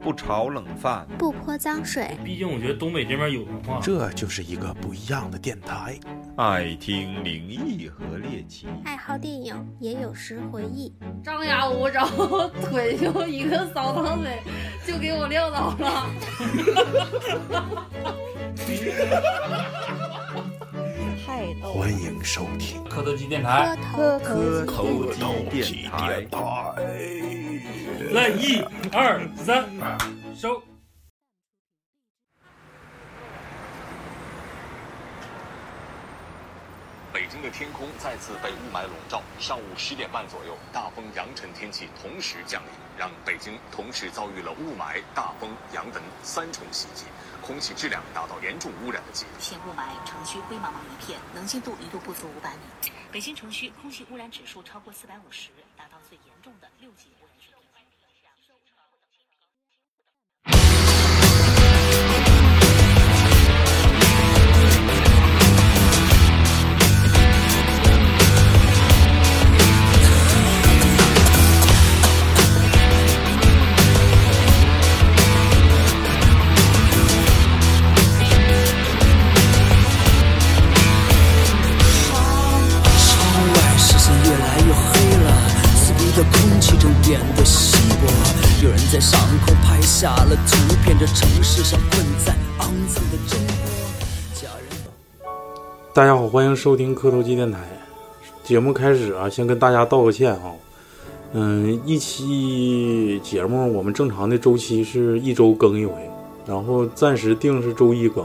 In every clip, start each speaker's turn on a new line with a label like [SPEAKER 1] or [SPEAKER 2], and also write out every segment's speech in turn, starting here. [SPEAKER 1] 不炒冷饭，
[SPEAKER 2] 不泼脏水，
[SPEAKER 3] 毕竟我觉得东北这边有文
[SPEAKER 1] 啊
[SPEAKER 3] 化，
[SPEAKER 4] 这就是一个不一样的电台。
[SPEAKER 1] 爱听灵异和猎奇。
[SPEAKER 2] 爱好电影，也有时回忆。
[SPEAKER 5] 张牙舞爪， 腿就一个扫堂腿就给我撂倒了。
[SPEAKER 6] 太
[SPEAKER 7] 嗯
[SPEAKER 6] 逗了
[SPEAKER 4] 欢迎收听
[SPEAKER 3] 磕头机电
[SPEAKER 2] 磕
[SPEAKER 4] 哎
[SPEAKER 3] 台，
[SPEAKER 2] 头
[SPEAKER 6] 磕
[SPEAKER 4] 口
[SPEAKER 1] 头皮电台
[SPEAKER 3] 来一二三，收。
[SPEAKER 8] 北京的天空再次被雾霾笼罩。上午十点半左右，大风扬尘天气同时降临，让北京同时遭遇了雾霾、大风、扬尘三重袭击，空气质量达到严重污染的级别。
[SPEAKER 9] 现雾霾，城区灰茫茫一片，能见度一度不足五百米。北京城区空气污染指数超过四百五十，达到最严重的六级污染水平。
[SPEAKER 10] 窗外视线越来越黑了，刺鼻的空气正变得稀薄。有人在上空拍下了图片，这城市像困在肮脏的中国。家人。
[SPEAKER 11] 大家好，欢迎收听磕头机电台。节目开始啊，先跟大家道个歉啊。嗯，一期节目我们正常的周期是一周更一回，然后暂时定是周一更。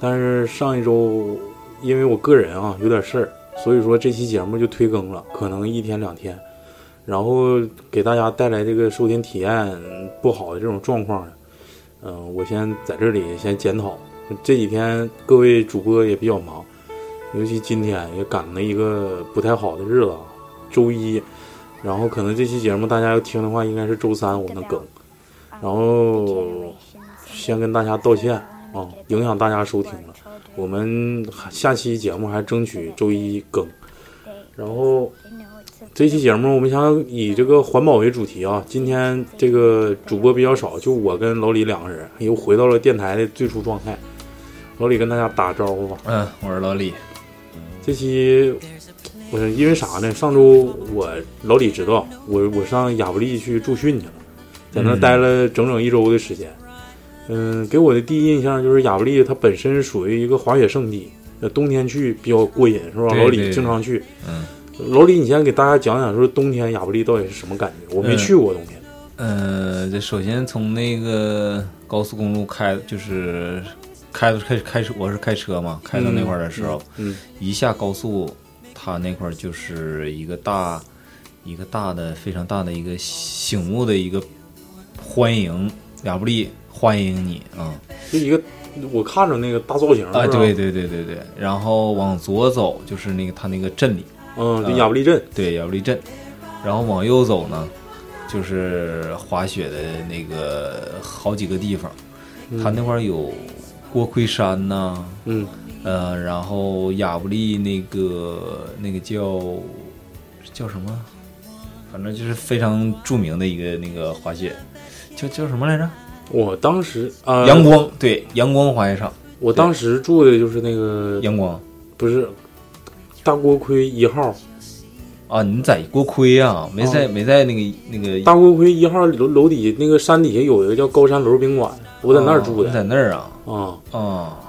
[SPEAKER 11] 但是上一周因为我个人啊有点事儿，所以说这期节目就推更了，可能一天两天。然后给大家带来这个收听体验不好的这种状况呢，嗯、我先在这里先检讨。这几天各位主播也比较忙，尤其今天也赶了一个不太好的日子，啊，周一。然后可能这期节目大家要听的话，应该是周三我能更。然后先跟大家道歉啊，影响大家收听了。我们还下期节目还争取周一更。然后这期节目我们想以这个环保为主题啊，今天这个主播比较少，就我跟老李两个人，又回到了电台的最初状态。老李跟大家打招呼吧。
[SPEAKER 7] 嗯，我是老李。
[SPEAKER 11] 这期我因为啥呢？上周我老李知道我我上亚布力去驻训去了，在那
[SPEAKER 7] 嗯
[SPEAKER 11] 待了整整一周的时间。嗯，给我的第一印象就是亚布力它本身属于一个滑雪圣地，呃，冬天去比较过瘾，是吧？
[SPEAKER 7] 对对
[SPEAKER 11] 老李经常去。
[SPEAKER 7] 嗯，
[SPEAKER 11] 老李，你先给大家讲讲说冬天亚布力到底是什么感觉？我没
[SPEAKER 7] 嗯
[SPEAKER 11] 去过冬天。
[SPEAKER 7] 呃，这首先从那个高速公路开，就是开开开车，我是开车嘛，开到那块儿的时候，
[SPEAKER 11] 嗯嗯
[SPEAKER 7] 一下高速，它那块儿就是一个大一个大的非常大的一个醒目的一个欢迎亚布力欢迎你啊、
[SPEAKER 11] 就一个我看着那个大造型
[SPEAKER 7] 啊！
[SPEAKER 11] 是吧
[SPEAKER 7] 对，对对对对，然后往左走就是那个它那个镇里，
[SPEAKER 11] 嗯，就亚布力镇，
[SPEAKER 7] 啊对，亚布力镇，然后往右走呢，就是滑雪的那个好几个地方，它那块儿有锅盔山呐、
[SPEAKER 11] 嗯，
[SPEAKER 7] 呃，然后亚布力那个那个叫叫什么，反正就是非常著名的一个那个滑雪，叫叫什么来着？
[SPEAKER 11] 我当时啊，
[SPEAKER 7] 阳，光，对，阳光滑雪场，
[SPEAKER 11] 我当时住的就是那个
[SPEAKER 7] 阳光
[SPEAKER 11] 不是大锅盔一号，
[SPEAKER 7] 啊，你在锅盔啊，没在、
[SPEAKER 11] 哦
[SPEAKER 7] 没在那个那个
[SPEAKER 11] 大锅盔一号楼楼底那个山底下有一个叫高山楼宾馆，我在那儿住
[SPEAKER 7] 哦你在
[SPEAKER 11] 的
[SPEAKER 7] 那儿啊
[SPEAKER 11] 啊
[SPEAKER 7] 啊。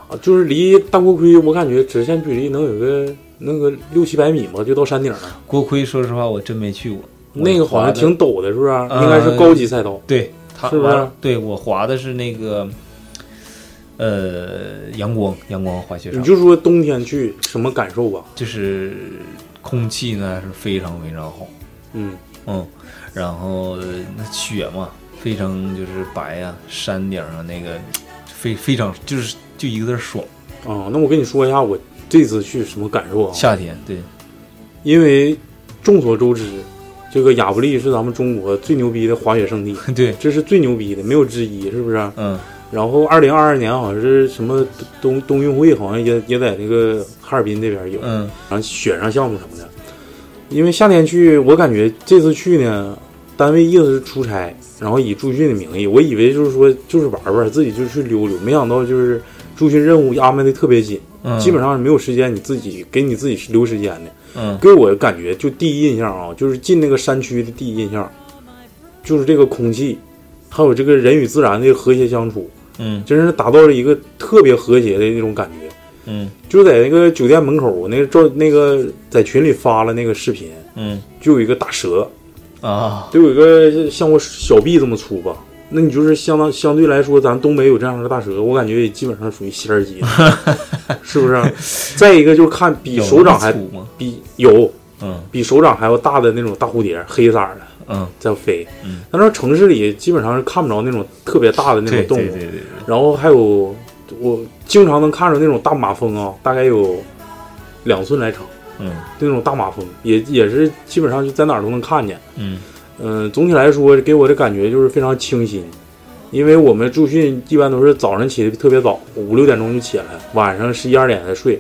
[SPEAKER 11] 啊，就是离大锅盔我感觉直线距离能有个那个六七百米吧，就到山顶了。
[SPEAKER 7] 锅盔，说实话我真没去过。
[SPEAKER 11] 那个好
[SPEAKER 7] 我滑
[SPEAKER 11] 像
[SPEAKER 7] 的呃
[SPEAKER 11] 挺陡的，是不是？应该是高级赛道。
[SPEAKER 7] 对，他
[SPEAKER 11] 是不是
[SPEAKER 7] 完了对我滑的是那 个，呃，阳光阳光滑雪
[SPEAKER 11] 你
[SPEAKER 7] 场，
[SPEAKER 11] 就说冬天去什么感受吧？啊
[SPEAKER 7] 就是空气呢是非常非常好，
[SPEAKER 11] 嗯，
[SPEAKER 7] 嗯，然后呃那雪嘛非常就是白
[SPEAKER 1] 啊
[SPEAKER 7] 呀、山顶上那个非非常就是就一个字儿爽，
[SPEAKER 11] 啊，那我跟你说一下我这次去什么感受啊？
[SPEAKER 7] 夏天对，
[SPEAKER 11] 因为众所周知，这个亚布力是咱们中国最牛逼的滑雪圣地，
[SPEAKER 7] 对，
[SPEAKER 11] 这是最牛逼的，没有之一，是不是？
[SPEAKER 7] 嗯，
[SPEAKER 11] 然后二零二二年好像是什么冬冬运会，好像也也在那个哈尔滨这边有，然
[SPEAKER 7] 嗯
[SPEAKER 11] 后雪上项目什么的。因为夏天去，我感觉这次去呢，单位意思是出差，然后以驻训的名义，我以为就是说就是玩玩，自己就去溜溜，没想到就是驻训任务安排的特别紧，
[SPEAKER 1] 嗯
[SPEAKER 11] 基本上是没有时间你自己给你自己留时间的。
[SPEAKER 1] 嗯
[SPEAKER 11] 给我感觉就第一印象啊，就是进那个山区的第一印象，就是这个空气，还有这个人与自然的和谐相处，
[SPEAKER 1] 嗯
[SPEAKER 11] 真是达到了一个特别和谐的那种感觉。
[SPEAKER 1] 嗯
[SPEAKER 11] 就在那个酒店门口，我那个照那个在群里发了那个视频，
[SPEAKER 1] 嗯
[SPEAKER 11] 就有一个大蛇，
[SPEAKER 1] 啊，
[SPEAKER 11] 就有一个像我小臂这么粗吧。那你就是相当相对来说，咱东北有这样的大蛇，我感觉也基本上属于仙儿级的， 是不是？再一个就是看比
[SPEAKER 1] 有
[SPEAKER 11] 手掌还
[SPEAKER 1] 那么粗吗
[SPEAKER 11] 比有，
[SPEAKER 1] 嗯
[SPEAKER 11] 比手掌还要大的那种大蝴蝶，黑色的，
[SPEAKER 1] 嗯，
[SPEAKER 11] 在飞。
[SPEAKER 1] 嗯，
[SPEAKER 11] 但是城市里基本上是看不着那种特别大的那
[SPEAKER 1] 对
[SPEAKER 11] 种动物，
[SPEAKER 1] 对对对对，
[SPEAKER 11] 然后还有我经常能看着那种大马蜂啊，大概有两寸来长，
[SPEAKER 1] 嗯
[SPEAKER 11] 那种大马蜂也也是基本上就在哪儿都能看见。
[SPEAKER 1] 嗯
[SPEAKER 11] 嗯、总体来说给我的感觉就是非常清新，因为我们驻训一般都是早上起的特别早，五六点钟就起来，晚上十一二点才睡。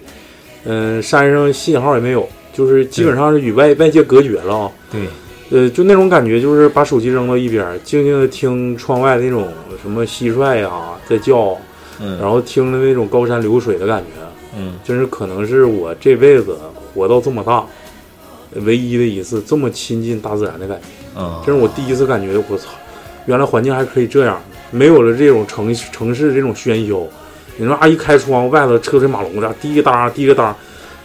[SPEAKER 11] 嗯、山上信号也没有，就是基本上是与外外界隔绝了啊。
[SPEAKER 1] 对，
[SPEAKER 11] 呃，就那种感觉，就是把手机扔到一边儿，静静的听窗外那种什么蟋蟀呀、在叫，
[SPEAKER 1] 嗯
[SPEAKER 11] 然后听着那种高山流水的感觉，
[SPEAKER 1] 嗯
[SPEAKER 11] 真是可能是我这辈子活到这么大，唯一的一次这么亲近大自然的感觉。
[SPEAKER 1] 啊，
[SPEAKER 11] 这是我第一次感觉，我操，原来环境还可以这样，没有了这种城城市这种喧嚣。你说啊，一开窗，外头车水马龙的，滴个当滴个当，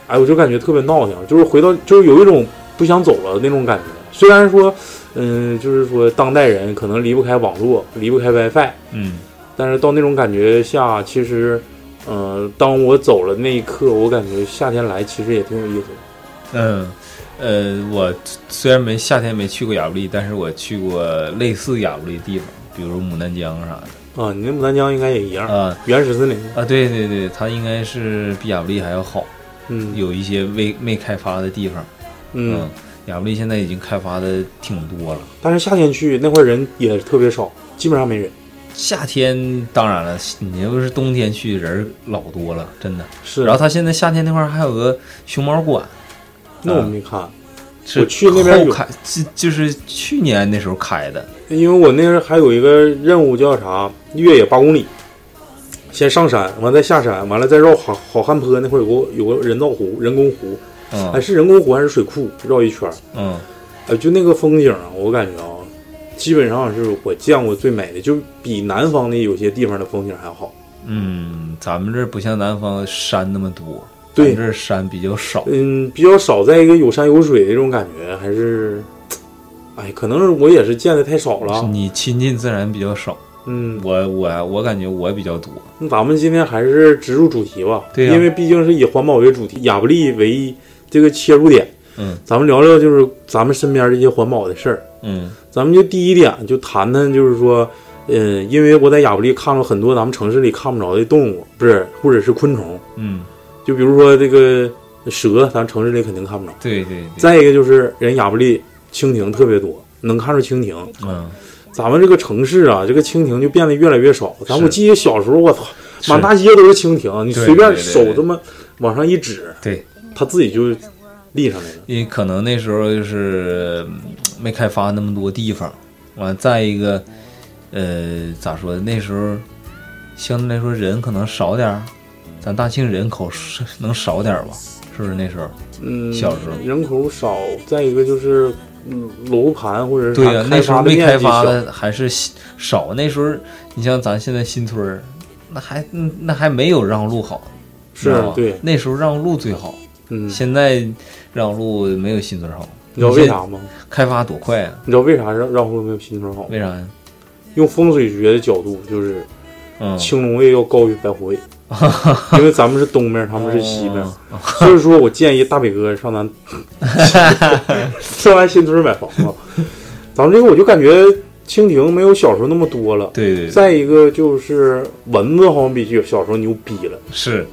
[SPEAKER 11] 哎，我就感觉特别闹腾，就是回到就是有一种不想走了那种感觉。虽然说，嗯，就是说当代人可能离不开网络，离不开 WiFi，
[SPEAKER 1] 嗯
[SPEAKER 11] 但是到那种感觉下，其实，呃，当我走了那一刻，我感觉夏天来其实也挺有意思的。
[SPEAKER 1] 嗯，呃，我虽然没夏天没去过亚布力，但是我去过类似亚布力地方，比如牡丹江啥的。
[SPEAKER 11] 啊，你那牡丹江应该也一样
[SPEAKER 1] 啊，
[SPEAKER 11] 原始森林
[SPEAKER 7] 呃
[SPEAKER 1] 啊，对对对，它应该是比亚布力还要好，
[SPEAKER 11] 嗯
[SPEAKER 1] 有一些未没开发的地方，
[SPEAKER 11] 嗯
[SPEAKER 1] 亚布力现在已经开发的挺多了。
[SPEAKER 11] 但是夏天去那块人也特别少，基本上没人。
[SPEAKER 1] 夏天当然了，你要是冬天去人儿老多了，真的
[SPEAKER 11] 是
[SPEAKER 1] 然后它现在夏天那块儿还有个熊猫馆，
[SPEAKER 11] 那我
[SPEAKER 1] 啊
[SPEAKER 11] 没看，
[SPEAKER 1] 是
[SPEAKER 11] 我去那边
[SPEAKER 1] 后
[SPEAKER 11] 有
[SPEAKER 1] 开，就就是去年那时候开的，
[SPEAKER 11] 因为我那时候还有一个任务叫啥，越野八公里，先上山，完再下山，完了再绕好好汉坡那块有个有个人造湖，人工湖，
[SPEAKER 1] 嗯
[SPEAKER 11] 哎是人工湖还是水库？绕一圈儿，
[SPEAKER 1] 嗯
[SPEAKER 11] 呃，就那个风景啊，我感觉啊，基本上是我见过最美的，就比南方的有些地方的风景还好。
[SPEAKER 1] 嗯，咱们这儿不像南方山那么多，
[SPEAKER 11] 对
[SPEAKER 1] 咱这儿山比较少，
[SPEAKER 11] 嗯，比较少，在一个有山有水的这种感觉，还是，哎，可能是我也是见的太少
[SPEAKER 1] 是
[SPEAKER 11] 了。
[SPEAKER 1] 你亲近自然比较少。
[SPEAKER 11] 嗯，
[SPEAKER 1] 我我我感觉我比较多，
[SPEAKER 11] 那咱们今天还是植入主题吧，
[SPEAKER 1] 对呀
[SPEAKER 11] 因为毕竟是以环保为主题，亚布力为这个切入点，
[SPEAKER 1] 嗯
[SPEAKER 11] 咱们聊聊就是咱们身边这些环保的事儿。
[SPEAKER 1] 嗯
[SPEAKER 11] 咱们就第一点就谈谈，就是说，嗯，因为我在亚布力看了很多咱们城市里看不着的动物，不是，或者是昆虫，
[SPEAKER 1] 嗯，
[SPEAKER 11] 就比如说这个蛇，咱城市里肯定看不着。
[SPEAKER 1] 对对对，
[SPEAKER 11] 再一个就是人亚布力蜻蜓特别多，能看着蜻蜓。
[SPEAKER 1] 嗯
[SPEAKER 11] 咱们这个城市啊，这个蜻蜓就变得越来越少。咱
[SPEAKER 1] 是
[SPEAKER 11] 我记得小时候，我操，
[SPEAKER 1] 是
[SPEAKER 11] 满大街都是蜻蜓，你
[SPEAKER 1] 对
[SPEAKER 11] 随便
[SPEAKER 1] 对对
[SPEAKER 11] 手
[SPEAKER 1] 对
[SPEAKER 11] 这么往上一指，
[SPEAKER 1] 对，
[SPEAKER 11] 它自己就立上来了。
[SPEAKER 1] 因为可能那时候就是嗯没开发那么多地方，完再一个，呃，咋说？那时候相对来说人可能少点儿，咱大庆人口是能少点儿吧？是不是那时候？
[SPEAKER 11] 嗯，
[SPEAKER 1] 小时候
[SPEAKER 11] 人口少，再一个就是嗯楼盘或者是
[SPEAKER 1] 对呀、
[SPEAKER 11] 它
[SPEAKER 1] 那
[SPEAKER 11] 开
[SPEAKER 1] 时候
[SPEAKER 11] 发的
[SPEAKER 1] 没
[SPEAKER 11] 面
[SPEAKER 1] 开
[SPEAKER 11] 积
[SPEAKER 1] 发
[SPEAKER 11] 小，
[SPEAKER 1] 的还是西少。那时候你像咱现在新村儿，那还嗯那还没有让路好，
[SPEAKER 11] 是
[SPEAKER 1] 你知道吧
[SPEAKER 11] 对
[SPEAKER 1] 啊那时候让路最好，
[SPEAKER 11] 嗯，
[SPEAKER 1] 现在让路没有新村好。
[SPEAKER 11] 你知道为啥？吗？
[SPEAKER 1] 开发多快啊！
[SPEAKER 11] 你知道为啥让让户没有新村好？
[SPEAKER 1] 为啥呀？
[SPEAKER 11] 用风水学的角度，就是
[SPEAKER 1] 嗯，
[SPEAKER 11] 青龙位要高于 白虎位，因为咱们是东面，他们是西面，
[SPEAKER 1] 哦
[SPEAKER 11] 所以说我建议大北哥上咱 上咱新村买房子。咱们这个我就感觉蜻蜓没有小时候那么多了，
[SPEAKER 1] 对对对，
[SPEAKER 11] 再一个就是蚊子好像比小时候牛逼了。
[SPEAKER 1] 是，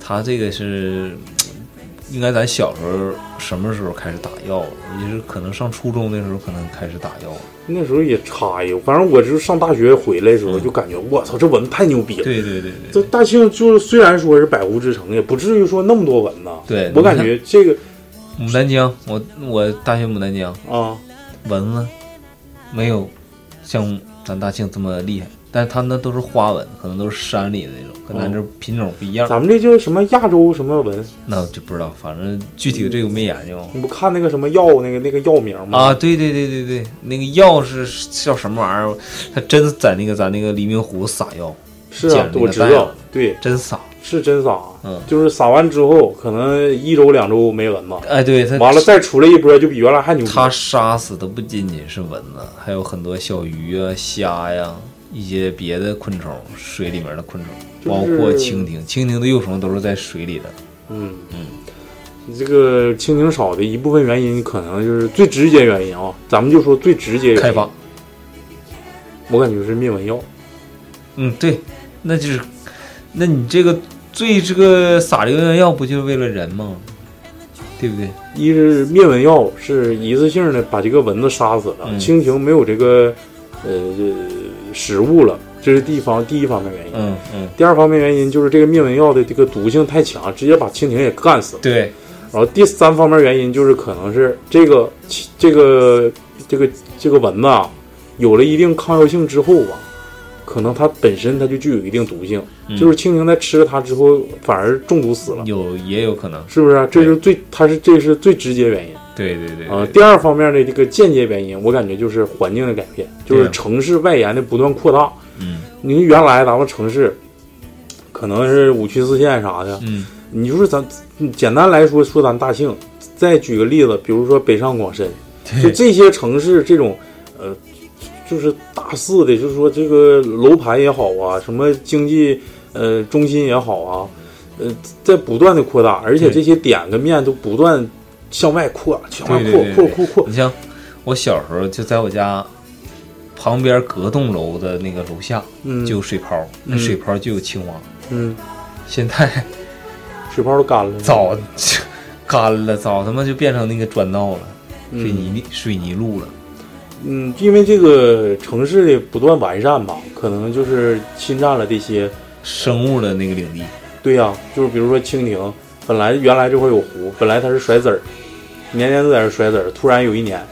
[SPEAKER 1] 他这个是，应该咱小时候什么时候开始打药了？也是可能上初中的时候可能开始打药了。
[SPEAKER 11] 那时候也差呀，反正我就是上大学回来的时候
[SPEAKER 1] 嗯
[SPEAKER 11] 就感觉，我操，这蚊子太牛逼了。
[SPEAKER 1] 对对对对，
[SPEAKER 11] 这大庆就是虽然说是百湖之城，也不至于说那么多蚊子。
[SPEAKER 1] 对
[SPEAKER 11] 我感觉 这个
[SPEAKER 1] 牡丹江，我我大学牡丹江
[SPEAKER 11] 啊，
[SPEAKER 1] 蚊子没有，像咱大庆这么厉害，但是它那都是花纹，可能都是山里的那种，跟咱
[SPEAKER 11] 哦
[SPEAKER 1] 这品种不一样。
[SPEAKER 11] 咱们这叫什么亚洲什么纹？
[SPEAKER 1] 那我就不知道，反正具体的这个没研究。
[SPEAKER 11] 你不看那个什么药那个那个药名吗？
[SPEAKER 1] 啊，对对对对对，那个药是叫什么玩意儿？他真在那个咱那个黎明湖撒药，
[SPEAKER 11] 是啊，我知道，对，
[SPEAKER 1] 真撒，
[SPEAKER 11] 是真撒，
[SPEAKER 1] 嗯，
[SPEAKER 11] 就是撒完之后，可能一周两周没蚊子，
[SPEAKER 1] 哎，对，他
[SPEAKER 11] 完了再出来一波就比原来还牛。
[SPEAKER 1] 他杀死的不仅仅是蚊子，还有很多小鱼啊、虾呀、一些别的昆虫，水里面的昆虫，
[SPEAKER 11] 就是
[SPEAKER 1] 包括蜻蜓，蜻蜓的幼虫都是在水里的。
[SPEAKER 11] 嗯
[SPEAKER 1] 嗯，
[SPEAKER 11] 你这个蜻蜓少的一部分原因，可能就是最直接原因啊，咱们就说最直接原因
[SPEAKER 1] 开发，
[SPEAKER 11] 我感觉是灭蚊药。
[SPEAKER 1] 嗯，对，那就是，那你这个最这个撒这个药不就是为了人吗？对不对？
[SPEAKER 11] 一是灭蚊药是一次性的把这个蚊子杀死了，
[SPEAKER 1] 嗯
[SPEAKER 11] 蜻蜓没有这个呃这食物了，这是第一方第一方面原因。
[SPEAKER 1] 嗯嗯，
[SPEAKER 11] 第二方面原因就是这个灭蚊药的这个毒性太强，直接把蜻蜓也干死了。
[SPEAKER 1] 对。
[SPEAKER 11] 然后第三方面原因就是可能是这个蜻这个这个这个蚊子啊，有了一定抗药性之后吧，可能它本身它就具有一定毒性，
[SPEAKER 1] 嗯
[SPEAKER 11] 就是蜻蜓在吃了它之后反而中毒死了，
[SPEAKER 1] 有也有可能。
[SPEAKER 11] 是不是？这是最它是这是最直接原因。
[SPEAKER 1] 嗯对对对，
[SPEAKER 11] 啊，第二方面的这个间接原因，我感觉就是环境的改变，就
[SPEAKER 1] 对
[SPEAKER 11] 是
[SPEAKER 1] 啊
[SPEAKER 11] 城市外延的不断扩大。
[SPEAKER 1] 嗯，
[SPEAKER 11] 你原来咱们城市可能是五区四县啥的，
[SPEAKER 1] 嗯，
[SPEAKER 11] 你就是咱简单来说说咱大庆，再举个例子，比如说北上广深，就这些城市这种呃，就是大肆的，就是说这个楼盘也好啊，什么经济呃中心也好啊，呃，在不断的扩大，而且
[SPEAKER 1] 对
[SPEAKER 11] 这些点跟面都不断向外扩，向外
[SPEAKER 1] 对
[SPEAKER 11] 扩
[SPEAKER 1] 对
[SPEAKER 11] 扩
[SPEAKER 1] 对对
[SPEAKER 11] 扩扩。
[SPEAKER 1] 你像我小时候就在我家旁边隔栋楼的那个楼下，
[SPEAKER 11] 嗯
[SPEAKER 1] 就有水泡，那
[SPEAKER 11] 嗯
[SPEAKER 1] 水泡就有青蛙。
[SPEAKER 11] 嗯，
[SPEAKER 1] 现在
[SPEAKER 11] 水泡都干了，
[SPEAKER 1] 早干了，早他妈就变成那个砖道了，水泥水泥路了。
[SPEAKER 11] 嗯，因为这个城市的不断完善吧，可能就是侵占了这些
[SPEAKER 1] 生物的那个领地。
[SPEAKER 11] 对呀、就是比如说蜻蜓，本来原来这块有湖，本来它是甩籽儿，年年都在这甩籽儿，突然有一年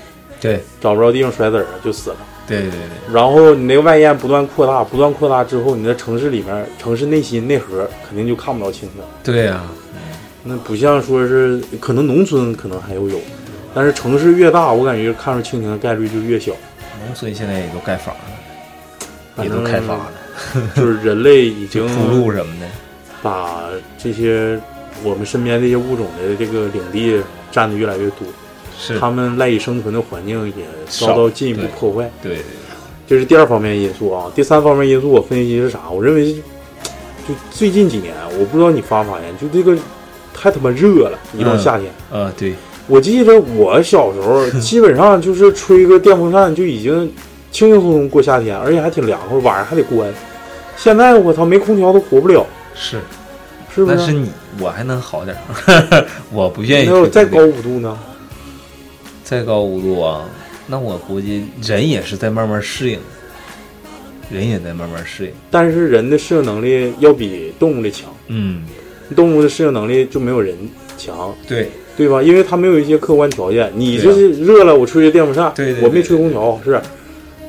[SPEAKER 1] 对
[SPEAKER 11] 找不着地方甩籽儿了，就死了。
[SPEAKER 1] 对对对，
[SPEAKER 11] 然后你那个外延不断扩大，不断扩大之后，你在城市里面、城市内心内核肯定就看不着蜻蜓。
[SPEAKER 1] 对呀、啊，
[SPEAKER 11] 那不像说是可能农村可能还有有，但是城市越大，我感觉看着蜻蜓的概率就越小。
[SPEAKER 1] 农村现在也都盖房了，也都开发了，
[SPEAKER 11] 就是人类已经
[SPEAKER 1] 就铺路什么的。
[SPEAKER 11] 把这些我们身边这些物种的这个领地占的越来越多，
[SPEAKER 1] 是
[SPEAKER 11] 他们赖以生存的环境也
[SPEAKER 1] 少
[SPEAKER 11] 遭到进一步破坏。
[SPEAKER 1] 对对
[SPEAKER 11] 这是第二方面因素啊。第三方面因素我分析是啥？我认为是就最近几年，我不知道你发没发现，就这个太他妈热了，一到
[SPEAKER 1] 嗯
[SPEAKER 11] 夏天。
[SPEAKER 1] 对，啊对，
[SPEAKER 11] 我记得我小时 候基本上就是吹个电风扇就已经轻轻松松过夏天，而且还挺凉快，晚上还得关。现在我操，没空调都活不了，
[SPEAKER 1] 是。
[SPEAKER 11] 是不
[SPEAKER 1] 但是
[SPEAKER 11] 是？
[SPEAKER 1] 你我还能好点儿， 我不愿意
[SPEAKER 11] 那有
[SPEAKER 1] 吹
[SPEAKER 11] 再
[SPEAKER 1] 空
[SPEAKER 11] 高
[SPEAKER 1] 调
[SPEAKER 11] 五度呢？
[SPEAKER 1] 再高五度啊，那我估计人也是在慢慢适应，人也在慢慢适应。
[SPEAKER 11] 但是人的适应能力要比动物的强，
[SPEAKER 1] 嗯，
[SPEAKER 11] 动物的适应能力就没有人强，
[SPEAKER 1] 对
[SPEAKER 11] 对吧？因为它没有一些客观条件，你
[SPEAKER 1] 对啊
[SPEAKER 11] 就是热了，我吹个电风扇，
[SPEAKER 1] 对对
[SPEAKER 11] 我没
[SPEAKER 1] 对
[SPEAKER 11] 吹空调是。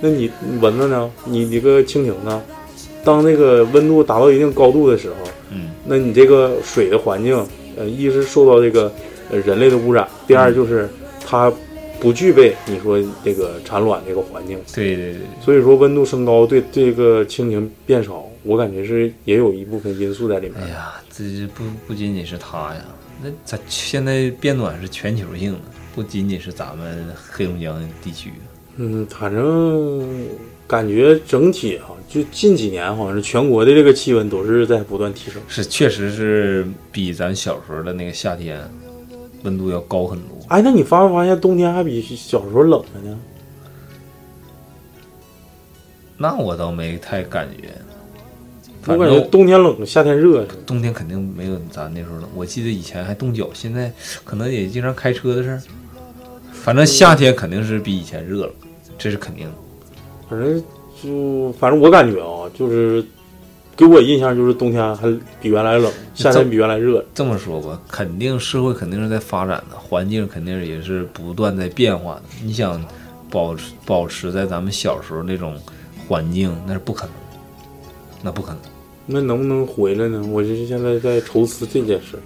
[SPEAKER 11] 那你你蚊子呢？你这个蜻蜓呢？当那个温度达到一定高度的时候，
[SPEAKER 1] 嗯，
[SPEAKER 11] 那你这个水的环境，呃，一是受到这个呃人类的污染，第
[SPEAKER 1] 嗯
[SPEAKER 11] 二就是它不具备你说这个产卵这个环境，
[SPEAKER 1] 对对对，
[SPEAKER 11] 所以说温度升高对这个蜻蜓变少，我感觉是也有一部分因素在里面。
[SPEAKER 1] 哎呀，这不不仅仅是他呀，那咱现在变暖是全球性的，不仅仅是咱们黑龙江地区。
[SPEAKER 11] 嗯，反正感觉整体哈、就近几年好像是全国的这个气温都是在不断提升。
[SPEAKER 1] 是，确实是比咱小时候的那个夏天温度要高很多。
[SPEAKER 11] 哎，那你发没发现冬天还比小时候冷了呢？
[SPEAKER 1] 那我倒没太感觉，
[SPEAKER 11] 我
[SPEAKER 1] 反
[SPEAKER 11] 感
[SPEAKER 1] 正
[SPEAKER 11] 觉冬天冷，夏天热似的。
[SPEAKER 1] 冬天肯定没有咱那时候冷。我记得以前还冻脚，现在可能也经常开车的事儿。反正夏天肯定是比以前热了，这是肯定的。
[SPEAKER 11] 反正就反正我感觉啊，就是给我印象就是冬天还比原来冷，夏天比原来热。
[SPEAKER 1] 这么说吧，肯定社会肯定是在发展的，环境肯定也是不断在变化的。你想，保持保持在咱们小时候那种环境，那是不可能的，那不可能。
[SPEAKER 11] 那能不能回来呢？我就是现在在愁思这件事。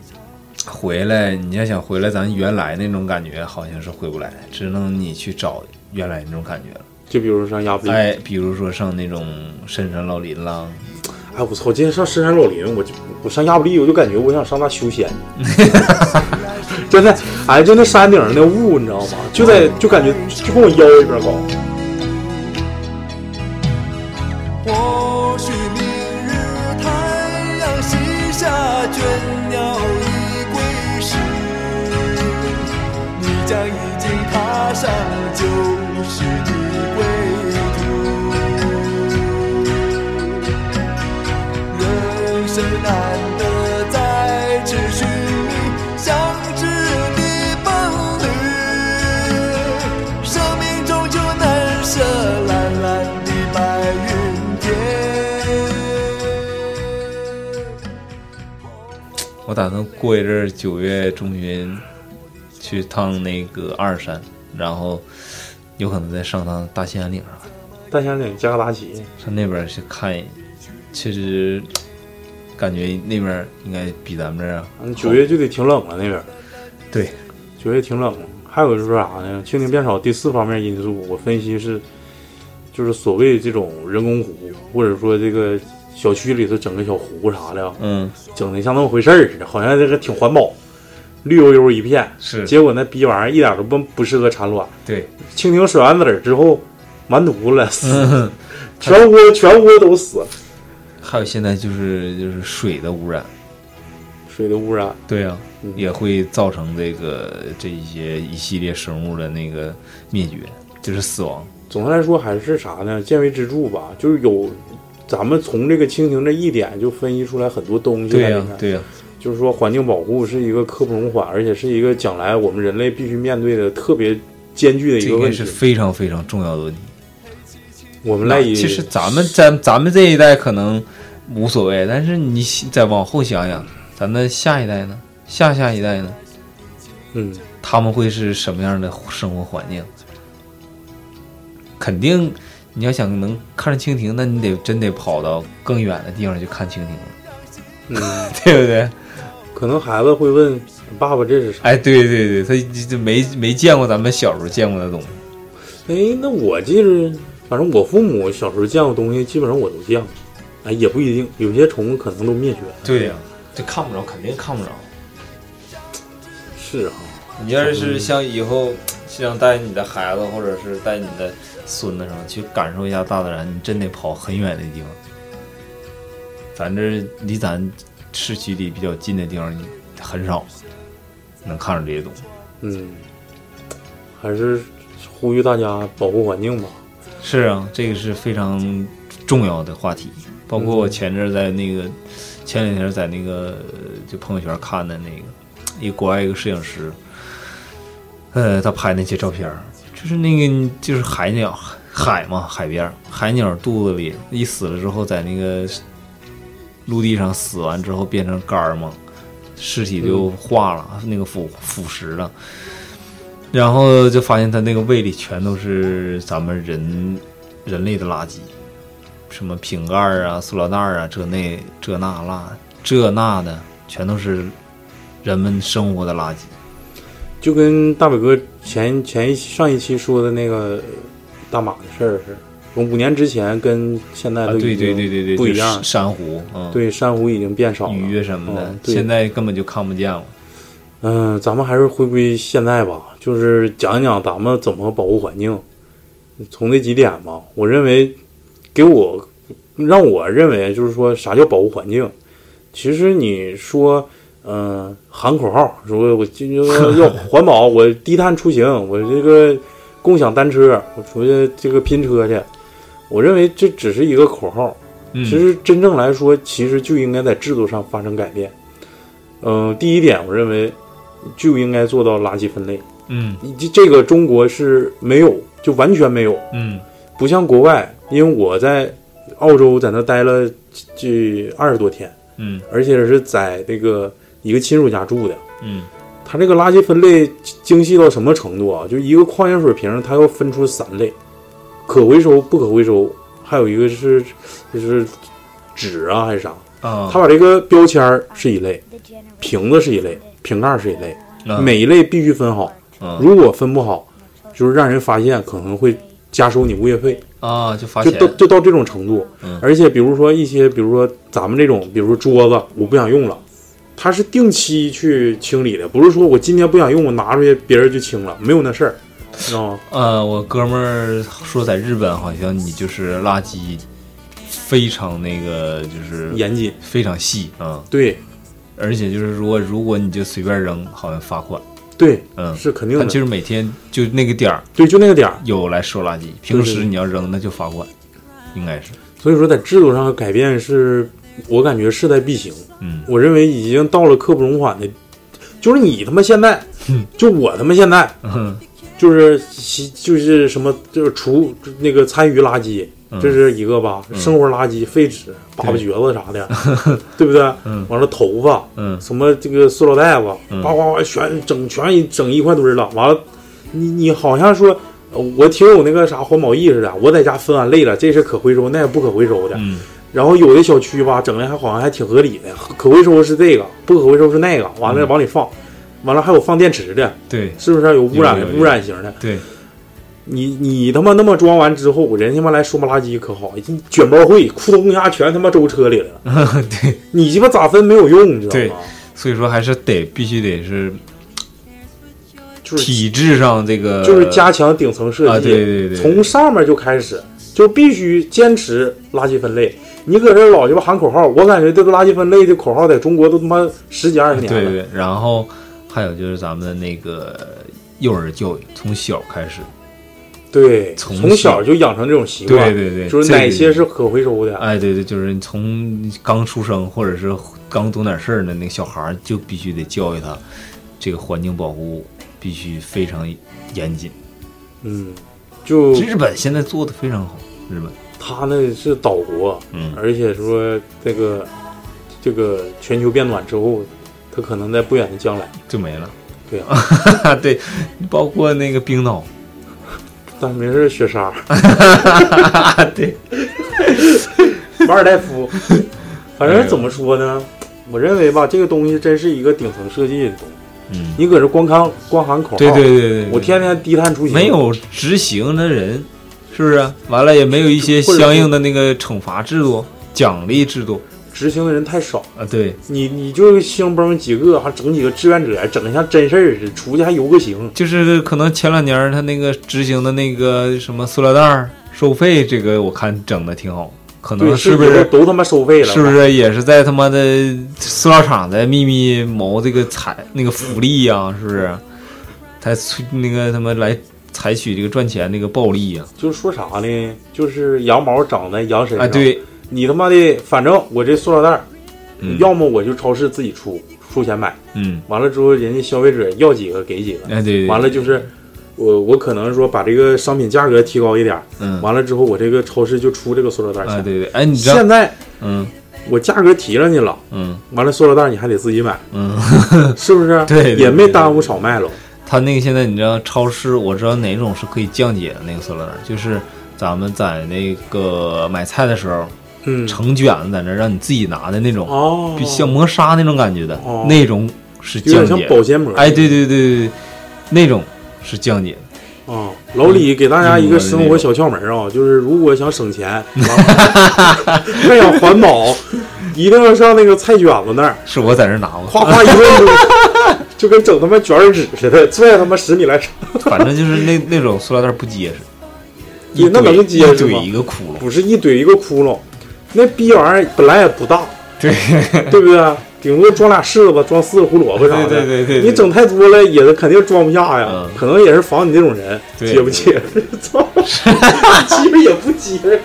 [SPEAKER 1] 回来，你要想回来，咱原来那种感觉好像是回不来，只能你去找原来那种感觉了。
[SPEAKER 11] 就比如上亚布力，
[SPEAKER 1] 哎，比如说上那种深山老林啦，
[SPEAKER 11] 哎，我操！今天上深山老林，我就我上亚布力，我就感觉我想上那修仙，真的，哎，就那山顶上那雾，你知道吗？就在就感觉就跟我腰一边高。
[SPEAKER 7] 或许明日太阳西下，倦鸟已归时，你将已经踏上旧时的归途。人生难得再次寻觅相知的伴侣，生命终究难舍蓝蓝的白云天。
[SPEAKER 1] 我打算过一阵儿九月中旬去趟那个二山，然后有可能再上趟大兴安岭上，
[SPEAKER 11] 大兴安岭加格达奇，
[SPEAKER 1] 上那边儿去看一眼。其实感觉那边儿应该比咱们这儿
[SPEAKER 11] 嗯九月就得挺冷了那边儿。
[SPEAKER 1] 对，
[SPEAKER 11] 九月挺冷了。还有就是啥呢？蜻蜓变少第四方面因素，我分析是，就是所谓这种人工湖，或者说这个小区里头整个小湖啥的，啊
[SPEAKER 1] 嗯，
[SPEAKER 11] 整的像那么回事儿似的，好像这个挺环保，绿油油一片。
[SPEAKER 1] 是
[SPEAKER 11] 结果那逼玩意儿一点都不不适合产卵。
[SPEAKER 1] 对，
[SPEAKER 11] 蜻蜓甩完籽儿之后，完犊了，死，
[SPEAKER 1] 嗯
[SPEAKER 11] 全窝全窝都死了。
[SPEAKER 1] 还有现在就是就是水的污染，
[SPEAKER 11] 水的污染，
[SPEAKER 1] 对啊，也会造成这个这一些一系列生物的那个灭绝，就是死亡。
[SPEAKER 11] 总的来说还是啥呢？见微知著吧，就是有，咱们从这个蜻蜓这一点就分析出来很多东西。
[SPEAKER 1] 对啊呀、
[SPEAKER 11] 你看
[SPEAKER 1] 对呀、
[SPEAKER 11] 就是说环境保护是一个刻不容缓，而且是一个将来我们人类必须面对的特别艰巨的一
[SPEAKER 1] 这
[SPEAKER 11] 个
[SPEAKER 1] 应
[SPEAKER 11] 问
[SPEAKER 1] 该
[SPEAKER 11] 题
[SPEAKER 1] 是。非常非常重要的问题。
[SPEAKER 11] 我们赖以
[SPEAKER 1] 其实咱们咱咱们这一代可能无所谓，但是你再往后想想，咱的下一代呢，下下一代呢，
[SPEAKER 11] 嗯，
[SPEAKER 1] 他们会是什么样的生活环境？肯定，你要想能看着蜻蜓，那你得真得跑到更远的地方去看蜻蜓了。
[SPEAKER 11] 嗯，
[SPEAKER 1] 对不对？
[SPEAKER 11] 可能孩子会问爸爸这是啥？
[SPEAKER 1] 哎，对对对，他这这没没见过咱们小时候见过的东西。
[SPEAKER 11] 哎，那我记着，反正我父母小时候见过东西，基本上我都见过。哎，也不一定，有些宠物可能都灭绝了。
[SPEAKER 1] 对啊呀、这看不着，肯定看不着。
[SPEAKER 11] 是啊，
[SPEAKER 1] 你要是像以后想带你的孩子，或者是带你的孙子什么去感受一下大自然，你真得跑很远的地方。咱这离咱市区里比较近的地方，你很少能看着这些东西。
[SPEAKER 11] 嗯，还是呼吁大家保护环境吧。
[SPEAKER 1] 是啊，这个是非常重要的话题。包括
[SPEAKER 11] 嗯
[SPEAKER 1] 我前阵儿在那个前两天在那个就朋友圈看的那个一个国外一个摄影师，呃，他拍那些照片儿，就是那个就是海鸟海嘛海边儿海鸟肚子里一死了之后，在那个陆地上死完之后变成干儿嘛，尸体就化了，那个腐腐蚀了。然后就发现它那个胃里全都是咱们人人类的垃圾，什么瓶盖儿啊、塑料袋儿啊，这那这那那这那的，全都是人们生活的垃圾。
[SPEAKER 11] 就跟大伟哥前前一期上一期说的那个大马的事儿似的，从五年之前跟现在
[SPEAKER 1] 啊，
[SPEAKER 11] 都
[SPEAKER 1] 对
[SPEAKER 11] 已
[SPEAKER 1] 对
[SPEAKER 11] 经
[SPEAKER 1] 对对对，
[SPEAKER 11] 不一
[SPEAKER 1] 就是
[SPEAKER 11] 样。
[SPEAKER 1] 珊瑚，嗯，
[SPEAKER 11] 对，珊瑚已经变少了，
[SPEAKER 1] 鱼什么的
[SPEAKER 11] 嗯，对
[SPEAKER 1] 现在根本就看不见了。
[SPEAKER 11] 嗯，咱们还是回归现在吧，就是讲一讲咱们怎么保护环境，从这几点吧。我认为，给我让我认为就是说啥叫保护环境？其实你说，嗯、喊口号，说我今天说要环保，我低碳出行，我这个共享单车，我出去这个拼车去。我认为这只是一个口号，
[SPEAKER 1] 嗯
[SPEAKER 11] 其实真正来说，其实就应该在制度上发生改变。嗯、第一点，我认为就应该做到垃圾分类。
[SPEAKER 1] 嗯
[SPEAKER 11] 以及这个中国是没有，就完全没有，
[SPEAKER 1] 嗯
[SPEAKER 11] 不像国外，因为我在澳洲在那待了这二十多天，
[SPEAKER 1] 嗯
[SPEAKER 11] 而且是在那个一个亲属家住的，
[SPEAKER 1] 嗯
[SPEAKER 11] 它这个垃圾分类精细到什么程度啊？就一个矿泉水瓶，它要分出三类，可回收、不可回收，还有一个是就是纸啊还是啥
[SPEAKER 1] 啊
[SPEAKER 11] 它把这个标签儿是一类，瓶子是一类，瓶盖是一类，
[SPEAKER 1] 啊
[SPEAKER 11] 每一类必须分好。
[SPEAKER 1] 嗯
[SPEAKER 11] 如果分不好，就是让人发现可能会加收你物业费。
[SPEAKER 1] 啊，就发
[SPEAKER 11] 就
[SPEAKER 1] 钱
[SPEAKER 11] 到就到这种程度。
[SPEAKER 1] 嗯
[SPEAKER 11] 而且比如说一些，比如说咱们这种，比如说桌子，我不想用了，它是定期去清理的，不是说我今天不想用，我拿出去别人就清了，没有那事儿，你知 道吗？
[SPEAKER 1] 呃，我哥们儿说在日本好像你就是垃圾非常那个就是
[SPEAKER 11] 严谨，
[SPEAKER 1] 非常细啊。
[SPEAKER 11] 对，
[SPEAKER 1] 而且就是说，如果你就随便扔，好像罚款。
[SPEAKER 11] 对，
[SPEAKER 1] 嗯，
[SPEAKER 11] 是肯定的
[SPEAKER 1] 他就是每天就那个点儿，
[SPEAKER 11] 对，就那个点儿
[SPEAKER 1] 有来收垃圾。平时你要扔，那就罚款，应该是。
[SPEAKER 11] 所以说在制度上的改变是，我感觉势在必行。
[SPEAKER 1] 嗯，
[SPEAKER 11] 我认为已经到了刻不容缓的，就是你他妈现在，就我他妈现在，
[SPEAKER 1] 嗯
[SPEAKER 11] 就是洗就是什么就是厨那个参与垃圾
[SPEAKER 1] 嗯，
[SPEAKER 11] 这是一个吧，生活垃圾、废纸、粑粑橛子啥的， 对不对？完了头发，
[SPEAKER 1] 嗯
[SPEAKER 11] 什么这个塑料袋子，
[SPEAKER 1] 嗯
[SPEAKER 11] 叭叭叭全整全一整一块堆儿了。完了，你你好像说。呃我挺有那个啥环保意识的，我在家分完类了，这是可回收，那也不可回收的。
[SPEAKER 1] 嗯
[SPEAKER 11] 然后有的小区吧，整的还好像还挺合理的，可回收是这个，不可回收是那个，完了
[SPEAKER 1] 嗯
[SPEAKER 11] 往里放，完了还有放电池的，
[SPEAKER 1] 对，
[SPEAKER 11] 是不是有污染
[SPEAKER 1] 有有有
[SPEAKER 11] 污染型的？
[SPEAKER 1] 对，
[SPEAKER 11] 你你他妈那么装完之后，人他妈来收垃圾可好，一卷包会，咕咚一下全他妈周车里了。
[SPEAKER 1] 对，
[SPEAKER 11] 你鸡巴咋分没有用，你知道
[SPEAKER 1] 对
[SPEAKER 11] 吗？，
[SPEAKER 1] 所以说还是得必须得是，
[SPEAKER 11] 就是
[SPEAKER 1] 体制上这个
[SPEAKER 11] 就是加强顶层设计，
[SPEAKER 1] 啊对对对
[SPEAKER 11] 从上面就开始，就必须坚持垃圾分类。你搁这老鸡巴喊口号，我感觉这个垃圾分类的口号在中国都他妈十几二十
[SPEAKER 1] 对
[SPEAKER 11] 年了。
[SPEAKER 1] 对对，然后还有就是咱们的那个幼儿教育，从小开始，
[SPEAKER 11] 对，
[SPEAKER 1] 从
[SPEAKER 11] 从
[SPEAKER 1] 小
[SPEAKER 11] 小就养成这种习惯，
[SPEAKER 1] 对对对
[SPEAKER 11] 就是
[SPEAKER 1] 这
[SPEAKER 11] 哪
[SPEAKER 1] 个
[SPEAKER 11] 些是可回收的，
[SPEAKER 1] 哎，对对，就是你从刚出生或者是刚懂点事儿的那个小孩儿，就必须得教育他，这个环境保护必须非常严谨。
[SPEAKER 11] 嗯，就
[SPEAKER 1] 日本现在做的非常好，日本
[SPEAKER 11] 他那是岛国，
[SPEAKER 1] 嗯
[SPEAKER 11] 而且说这个这个全球变暖之后，它可能在不远的将来，
[SPEAKER 1] 就没了。
[SPEAKER 11] 对 啊，
[SPEAKER 1] 对，包括那个冰岛，
[SPEAKER 11] 但没事 雪莎，
[SPEAKER 1] 对，
[SPEAKER 11] 马尔 代夫，反
[SPEAKER 1] 哎
[SPEAKER 11] 正怎么说呢，我认为吧，这个东西真是一个顶层设计的东西。
[SPEAKER 1] 嗯，
[SPEAKER 11] 你搁这光看光喊口号，
[SPEAKER 1] 对对对对对
[SPEAKER 11] 我天天低碳出行，
[SPEAKER 1] 没有执行的人，是不是？完了也没有一些
[SPEAKER 11] 或者
[SPEAKER 1] 相应的那个惩罚制度、奖励制度
[SPEAKER 11] 执行的人太少。
[SPEAKER 1] 啊。对，
[SPEAKER 11] 你你就兴崩几个，还整几个志愿者，整的像真事儿似的，出去还游个行。
[SPEAKER 1] 就是可能前两年儿他那个执行的那个什么塑料袋儿收费，这个我看整的挺好，可能
[SPEAKER 11] 对，
[SPEAKER 1] 是不
[SPEAKER 11] 以后
[SPEAKER 1] 是？
[SPEAKER 11] 都他妈收费了？
[SPEAKER 1] 是不是也是在他妈的塑料厂在秘密谋这个采那个福利呀、是不是？才催那个他妈来采取这个赚钱那个暴利呀、
[SPEAKER 11] 就是说啥呢？就是羊毛长在羊身上。
[SPEAKER 1] 啊对，
[SPEAKER 11] 你他妈的，反正我这塑料袋儿，
[SPEAKER 1] 嗯
[SPEAKER 11] 要么我就超市自己出出钱买，
[SPEAKER 1] 嗯，
[SPEAKER 11] 完了之后人家消费者要几个给几个，
[SPEAKER 1] 哎对对
[SPEAKER 11] 完了就是我我可能说把这个商品价格提高一点儿，
[SPEAKER 1] 嗯
[SPEAKER 11] 完了之后我这个超市就出这个塑料袋儿钱。
[SPEAKER 1] 啊对对，哎你知道
[SPEAKER 11] 现在
[SPEAKER 1] 嗯
[SPEAKER 11] 我价格提上去了，
[SPEAKER 1] 嗯
[SPEAKER 11] 完了塑料袋儿你还得自 己买，
[SPEAKER 1] 嗯，
[SPEAKER 11] 是不是？
[SPEAKER 1] 对对
[SPEAKER 11] 也没耽误少卖喽。
[SPEAKER 1] 他那个现在你知道超市，我知道哪种是可以降解的那个塑料袋儿，就是咱们在那个买菜的时候，
[SPEAKER 11] 嗯
[SPEAKER 1] 成卷子在那儿让你自己拿的那种，
[SPEAKER 11] 哦
[SPEAKER 1] 比像磨砂那种感觉的，
[SPEAKER 11] 哦
[SPEAKER 1] 那种是
[SPEAKER 11] 有
[SPEAKER 1] 降
[SPEAKER 11] 点
[SPEAKER 1] 解，
[SPEAKER 11] 像保鲜膜
[SPEAKER 1] 哎，对对对对对，那种是降解的，
[SPEAKER 11] 啊、老李给大家一个生活小窍门
[SPEAKER 1] 嗯
[SPEAKER 11] 啊，就是如果想省钱， 还想 环保，一定要上那个菜卷子那儿，
[SPEAKER 1] 是我在那儿拿 过，
[SPEAKER 11] 夸夸一顿就就 跟整他妈卷纸似的，拽他妈十米来长。
[SPEAKER 1] 反正就是那那种塑料袋儿不结实，
[SPEAKER 11] 也
[SPEAKER 1] 一
[SPEAKER 11] 那
[SPEAKER 1] 怼
[SPEAKER 11] 能结
[SPEAKER 1] 一
[SPEAKER 11] 实
[SPEAKER 1] 怼
[SPEAKER 11] 吗
[SPEAKER 1] 一个窟窿，
[SPEAKER 11] 不是一怼一个窟窿，那逼玩意儿本来也不大，
[SPEAKER 1] 对
[SPEAKER 11] 对不对？顶多装俩柿子，装四个胡萝卜啥的。
[SPEAKER 1] 对对对对对嗯
[SPEAKER 11] 你整太多了也是肯定装不下呀，可能也是防你这种人
[SPEAKER 1] 对
[SPEAKER 11] 结不结 实，操，结实也不结实。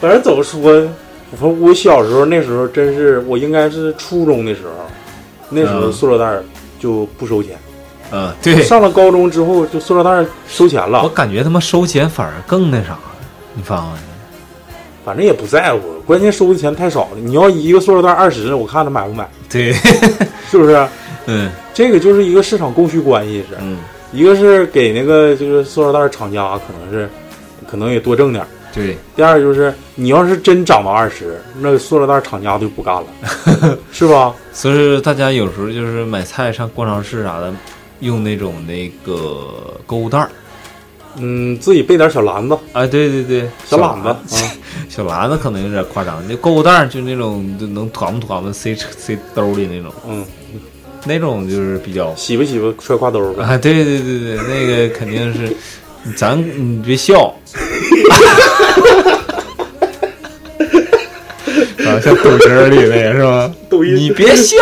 [SPEAKER 11] 反正怎么说呢，我说我小时候那时候真是，我应该是初中的时候，那时候
[SPEAKER 1] 嗯
[SPEAKER 11] 塑料袋儿就不收钱。
[SPEAKER 1] 嗯，对，
[SPEAKER 11] 上了高中之后就塑料袋儿收钱了。
[SPEAKER 1] 我感觉他妈收钱反而更那啥了，你发没？
[SPEAKER 11] 反正也不在乎，关键收的钱太少了。你要一个塑料袋二十，我看他买不买。
[SPEAKER 1] 对，
[SPEAKER 11] 是不是？
[SPEAKER 1] 嗯，
[SPEAKER 11] 这个就是一个市场供需关系是，
[SPEAKER 1] 嗯，
[SPEAKER 11] 一个是给那个就是塑料袋厂家可能是，可能也多挣点儿。
[SPEAKER 1] 对，
[SPEAKER 11] 第二就是你要是真涨到二十，那塑料袋厂家就不 干了，是吧？
[SPEAKER 1] 所以说大家有时候就是买菜上逛超市啥的，用那种那个购物袋儿，
[SPEAKER 11] 嗯，自己备点小篮子。
[SPEAKER 1] 啊，对对对，
[SPEAKER 11] 小篮子啊，
[SPEAKER 1] 小篮子可能有点夸张，就购物袋儿就那种就能团不团吧塞车塞兜里那种，
[SPEAKER 11] 嗯，
[SPEAKER 1] 那种就是比较
[SPEAKER 11] 洗吧洗吧揣挎兜呗。
[SPEAKER 1] 啊，对对对对，那个肯定是，咱你别笑，啊，像抖音儿里那个是吧？
[SPEAKER 11] 抖音，
[SPEAKER 1] 你别笑，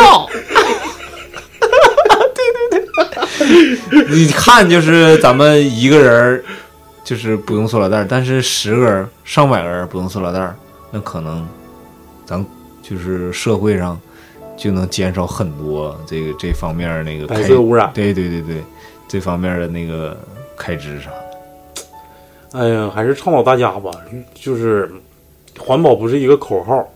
[SPEAKER 1] 你看就是咱们一个人儿就是不用塑料袋儿，但是十个人、上百个人不用塑料袋儿，那可能咱就是社会上就能减少很多这个这方面儿那个
[SPEAKER 11] 白
[SPEAKER 1] 开
[SPEAKER 11] 色污染
[SPEAKER 1] 对对对对，这方面儿的那个开支啥的。
[SPEAKER 11] 哎呀，还是倡导大家吧，就是环保不是一个口号，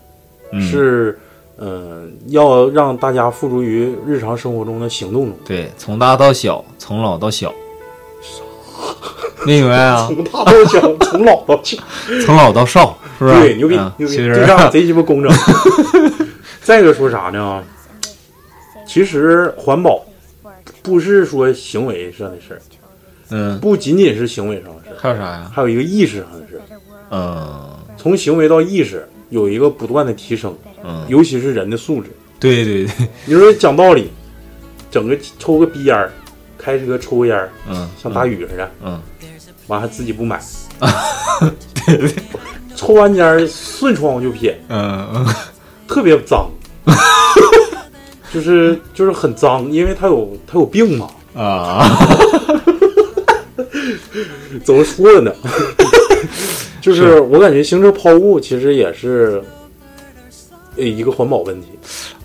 [SPEAKER 1] 嗯
[SPEAKER 11] 是呃要让大家付诸于日常生活中的行动中。
[SPEAKER 1] 对，从大到小，从老到小，没明白啊？
[SPEAKER 11] 从大到小，从老到小，
[SPEAKER 1] 从老到少，是不是？
[SPEAKER 11] 对，牛逼
[SPEAKER 1] 啊
[SPEAKER 11] 牛逼，
[SPEAKER 1] 其实
[SPEAKER 11] 这样贼鸡巴工整。 再一个说啥呢？其实环保不是说行为上的事儿，
[SPEAKER 1] 嗯，
[SPEAKER 11] 不仅仅是行为上的事儿，
[SPEAKER 1] 还有啥呀？
[SPEAKER 11] 还有一个意识上的事儿。
[SPEAKER 1] 嗯，
[SPEAKER 11] 从行为到意识有一个不断的提升，
[SPEAKER 1] 嗯
[SPEAKER 11] 尤其是人的素质。
[SPEAKER 1] 对对对，
[SPEAKER 11] 你说讲道理，整个抽个逼烟儿，开车抽个烟儿，
[SPEAKER 1] 嗯
[SPEAKER 11] 像大宇似的，
[SPEAKER 1] 嗯，
[SPEAKER 11] 完还自己 不买，抽完烟儿顺窗户就撇，
[SPEAKER 1] 嗯嗯，
[SPEAKER 11] 特别 脏，就是就是很脏，因为他有他有病嘛，
[SPEAKER 1] 啊，
[SPEAKER 11] 怎么说的呢？ 就是我感觉行车抛物其实也是呃一个环保问题，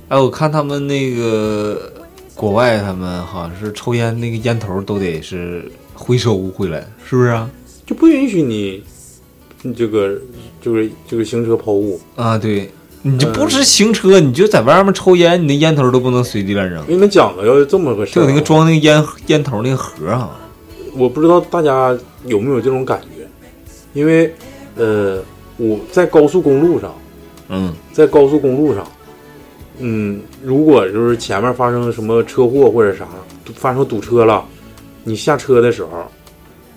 [SPEAKER 1] 哎，我看他们那个国外，他们呃好像是抽烟那个烟头都得是回收回来，是不是啊？
[SPEAKER 11] 就不允许你你这个就是这个行车抛物，
[SPEAKER 1] 啊，对，你就不是行车，你就在外面抽烟，你那烟头都不能随地乱扔。
[SPEAKER 11] 因为他讲的要这么个事
[SPEAKER 1] 就
[SPEAKER 11] 儿啊
[SPEAKER 1] 有那个装那个烟烟头那个盒儿啊哈，
[SPEAKER 11] 我不知道大家有没有这种感觉，因为呃，我在高速公路上，
[SPEAKER 1] 嗯，
[SPEAKER 11] 在高速公路上，嗯，如果就是前面发生什么车祸或者啥，发生堵车了，你下车的时候，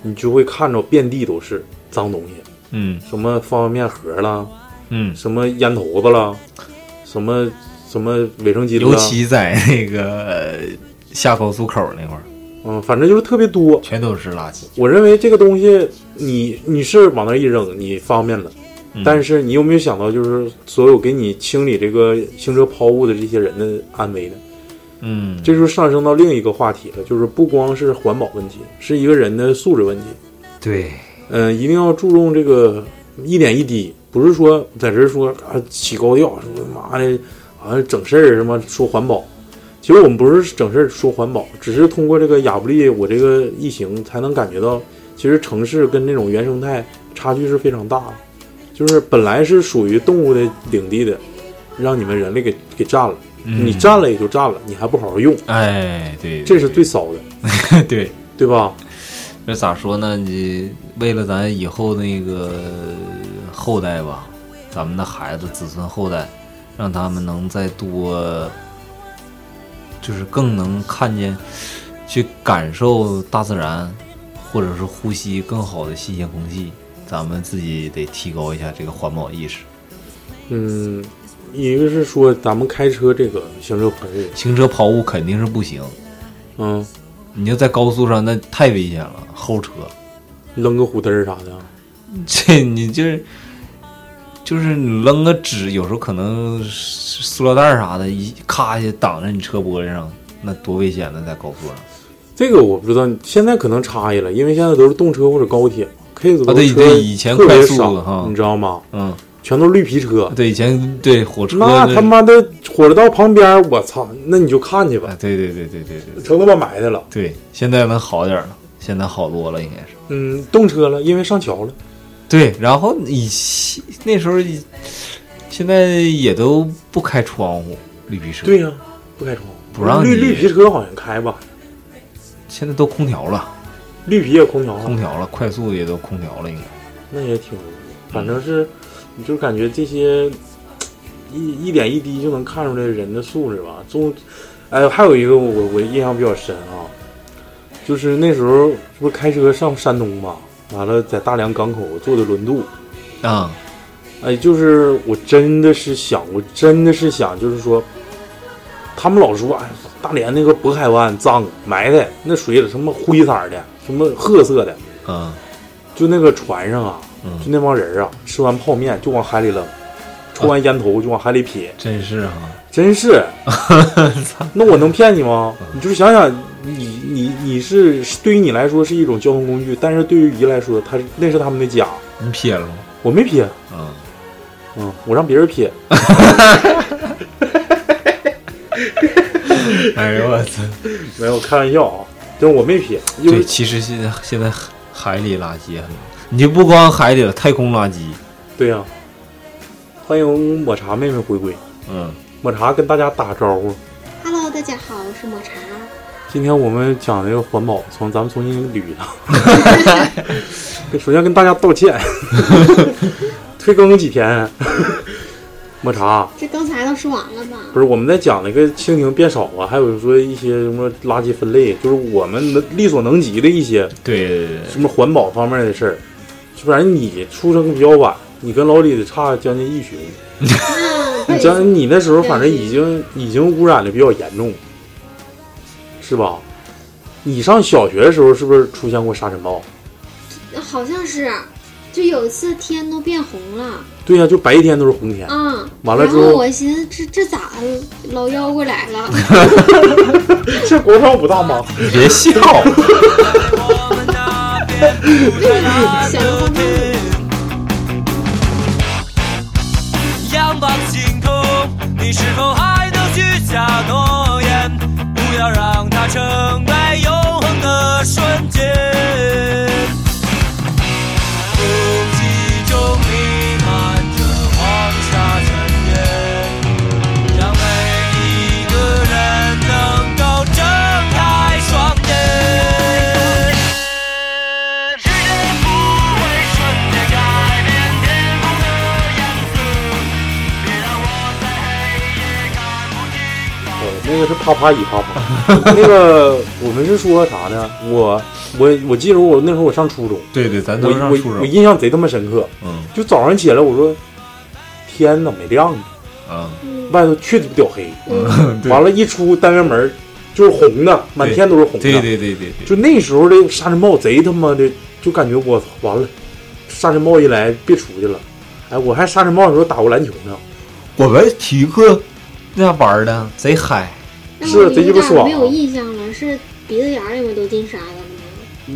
[SPEAKER 11] 你就会看着遍地都是脏东西，
[SPEAKER 1] 嗯
[SPEAKER 11] 什么方便面盒啦，
[SPEAKER 1] 嗯，
[SPEAKER 11] 什么烟头子啦，什么什么卫生巾啦，
[SPEAKER 1] 尤其 在那个呃下高速口儿那块儿，
[SPEAKER 11] 嗯，反正就是特别多，
[SPEAKER 1] 全都是垃圾。
[SPEAKER 11] 我认为这个东西你，你是往那儿一扔，你方便了，
[SPEAKER 1] 嗯
[SPEAKER 11] 但是你有没有想到，就是所有给你清理这个行车抛物的这些人的安危呢？
[SPEAKER 1] 嗯，
[SPEAKER 11] 这就上升到另一个话题了，就是不光是环保问题，是一个人的素质问题。
[SPEAKER 1] 对，
[SPEAKER 11] 嗯、一定要注重这个一点一滴，不是说在这儿说啊起高调，说妈的，好像整事儿什么说环保。其实我们不是整事儿说环保，只是通过这个亚布力我这个疫情才能感觉到，其实城市跟那种原生态差距是非常大的。就是本来是属于动物的领地的，让你们人类给给占了，
[SPEAKER 1] 嗯
[SPEAKER 11] 你占了也就占了，你还不好好用，
[SPEAKER 1] 哎，对，
[SPEAKER 11] 这是最骚的，
[SPEAKER 1] 对，
[SPEAKER 11] 对吧？
[SPEAKER 1] 这咋说呢？你为了咱以后那个后代吧，咱们的孩子、子孙后代，让他们能再多，就是更能看见、去感受大自然，或者是呼吸更好的新鲜空气。咱们自己得提高一下这个环保意识。
[SPEAKER 11] 嗯，一个是说咱们开车这个行车环境，
[SPEAKER 1] 行车抛物肯定是不行，
[SPEAKER 11] 嗯，
[SPEAKER 1] 你就在高速上那太危险了，后车。
[SPEAKER 11] 扔个虎嘚儿啥的，
[SPEAKER 1] 这你就是就是你扔个纸，有时候可能是塑料袋儿啥的，一咔一下挡在你车玻璃上，那多危险呢，在高速上。
[SPEAKER 11] 这个我不知道，现在可能差异了，因为现在都是动车或者高铁，K
[SPEAKER 1] 啊
[SPEAKER 11] 组
[SPEAKER 1] 对
[SPEAKER 11] 车
[SPEAKER 1] 对以前
[SPEAKER 11] 特别
[SPEAKER 1] 快速
[SPEAKER 11] 少
[SPEAKER 1] 哈
[SPEAKER 11] 你知道吗？
[SPEAKER 1] 嗯，
[SPEAKER 11] 全都是绿皮车，
[SPEAKER 1] 对，以前对火车
[SPEAKER 11] 那他妈的火车道旁边儿，我操，那你就看去吧，
[SPEAKER 1] 对对对对对对
[SPEAKER 11] 成他妈埋汰了。
[SPEAKER 1] 对，现在能好点儿了，现在好多了，应该是。
[SPEAKER 11] 嗯，动车了，因为上桥了。
[SPEAKER 4] 对，然后你那时候现在也都不开窗户，绿皮车。
[SPEAKER 11] 对呀、不开窗户，
[SPEAKER 4] 不让
[SPEAKER 11] 绿
[SPEAKER 4] 你
[SPEAKER 11] 绿皮车好像开吧？
[SPEAKER 4] 现在都空调了，
[SPEAKER 11] 绿皮也空调了，
[SPEAKER 4] 空调了，快速也都空调了，应该。
[SPEAKER 11] 那也挺，反正是，你就感觉这些一一点一滴就能看出来人的素质吧。中，哎，还有一个我我印象比较深啊，就是那时候不是开车上山东嘛，完了在大梁港口坐的轮渡
[SPEAKER 4] 啊，
[SPEAKER 11] 哎，就是我真的是想，我真的是想，就是说，他们老说哎，大连那个渤海湾脏埋汰，那水什么灰色儿的，什么褐色的，
[SPEAKER 4] 啊，
[SPEAKER 11] 就那个船上啊，
[SPEAKER 4] 嗯
[SPEAKER 11] 就那帮人啊，吃完泡面就往海里扔，抽完烟头就往海里撇，
[SPEAKER 4] 真是啊，
[SPEAKER 11] 真是。那我能骗你吗？
[SPEAKER 4] 嗯
[SPEAKER 11] 你就是想想，你你你是对于你来说是一种交通工具，但是对于鱼来说，它是那是他们的家。
[SPEAKER 4] 你撇了吗？
[SPEAKER 11] 我没撇，
[SPEAKER 4] 啊，
[SPEAKER 11] 嗯，我让别人撇。
[SPEAKER 1] 嗯
[SPEAKER 4] 哎呦我操！
[SPEAKER 11] 没有开玩笑啊，就是我没撇，因
[SPEAKER 4] 对，
[SPEAKER 11] 为
[SPEAKER 4] 其实现在现在海海里垃圾也很多，你就不光海里了，太空垃圾。
[SPEAKER 11] 对呀、欢迎抹茶妹妹回归。
[SPEAKER 4] 嗯，
[SPEAKER 11] 抹茶跟大家打招呼。
[SPEAKER 2] Hello，大家好，我是抹茶。
[SPEAKER 11] 今天我们讲这个环保，从咱们重新捋一趟。首先跟大家道歉，退更几天。抹茶，
[SPEAKER 2] 这刚才都说完了吗？
[SPEAKER 11] 不是我们在讲那个蜻蜓变少啊，还有说一些什么垃圾分类，就是我们能力所能及的一些
[SPEAKER 4] 对
[SPEAKER 11] 什么环保方面的事儿。要不然你出生比较晚，你跟老李差将近一旬。你将你那时候反正已经已经污染的比较严重，是吧？你上小学的时候是不是出现过沙尘暴？
[SPEAKER 2] 好像是，就有一次天都变红了，
[SPEAKER 11] 对呀、就白天都是红天，
[SPEAKER 2] 嗯，
[SPEAKER 11] 完了
[SPEAKER 2] 然
[SPEAKER 11] 之
[SPEAKER 2] 后
[SPEAKER 11] 后
[SPEAKER 2] 我寻思这这咋老妖怪来 了？
[SPEAKER 11] 这广场舞大妈，
[SPEAKER 4] 你别笑，
[SPEAKER 2] 想了半天，
[SPEAKER 7] 仰望星空，你是否还能许下诺言？不要让它成为永恒的瞬间。空气中弥漫着黄沙尘烟，让每一个人能够睁开双眼。世界不会瞬间改变天空的样子。
[SPEAKER 11] 呃，那个是啪啪一啪啪。那个我们是说啥呢？我我我记得我那时候我上初中，
[SPEAKER 4] 对对，咱
[SPEAKER 11] 我
[SPEAKER 4] 都上
[SPEAKER 11] 我
[SPEAKER 4] 初中
[SPEAKER 11] 我印象贼他妈深刻。
[SPEAKER 4] 嗯，
[SPEAKER 11] 就早上起来我说，天怎么没亮呢？
[SPEAKER 4] 啊，
[SPEAKER 1] 嗯
[SPEAKER 11] 外头确鸡巴屌黑。
[SPEAKER 4] 嗯对
[SPEAKER 11] 完了，一出单元门儿就是红的，满天都是红的。
[SPEAKER 4] 对对对对对，
[SPEAKER 11] 就那时候的沙尘暴贼他妈的，就感觉我操完了，沙尘暴一来别出去了。哎，我还沙尘暴的时候打过篮球呢，
[SPEAKER 4] 我们体育课那玩的贼嗨，
[SPEAKER 2] 那
[SPEAKER 11] 是
[SPEAKER 2] 我
[SPEAKER 11] 贼鸡
[SPEAKER 2] 有
[SPEAKER 11] 巴
[SPEAKER 2] 点
[SPEAKER 11] 爽啊
[SPEAKER 2] 没有印象了，是鼻子眼儿里面都进沙子了吗？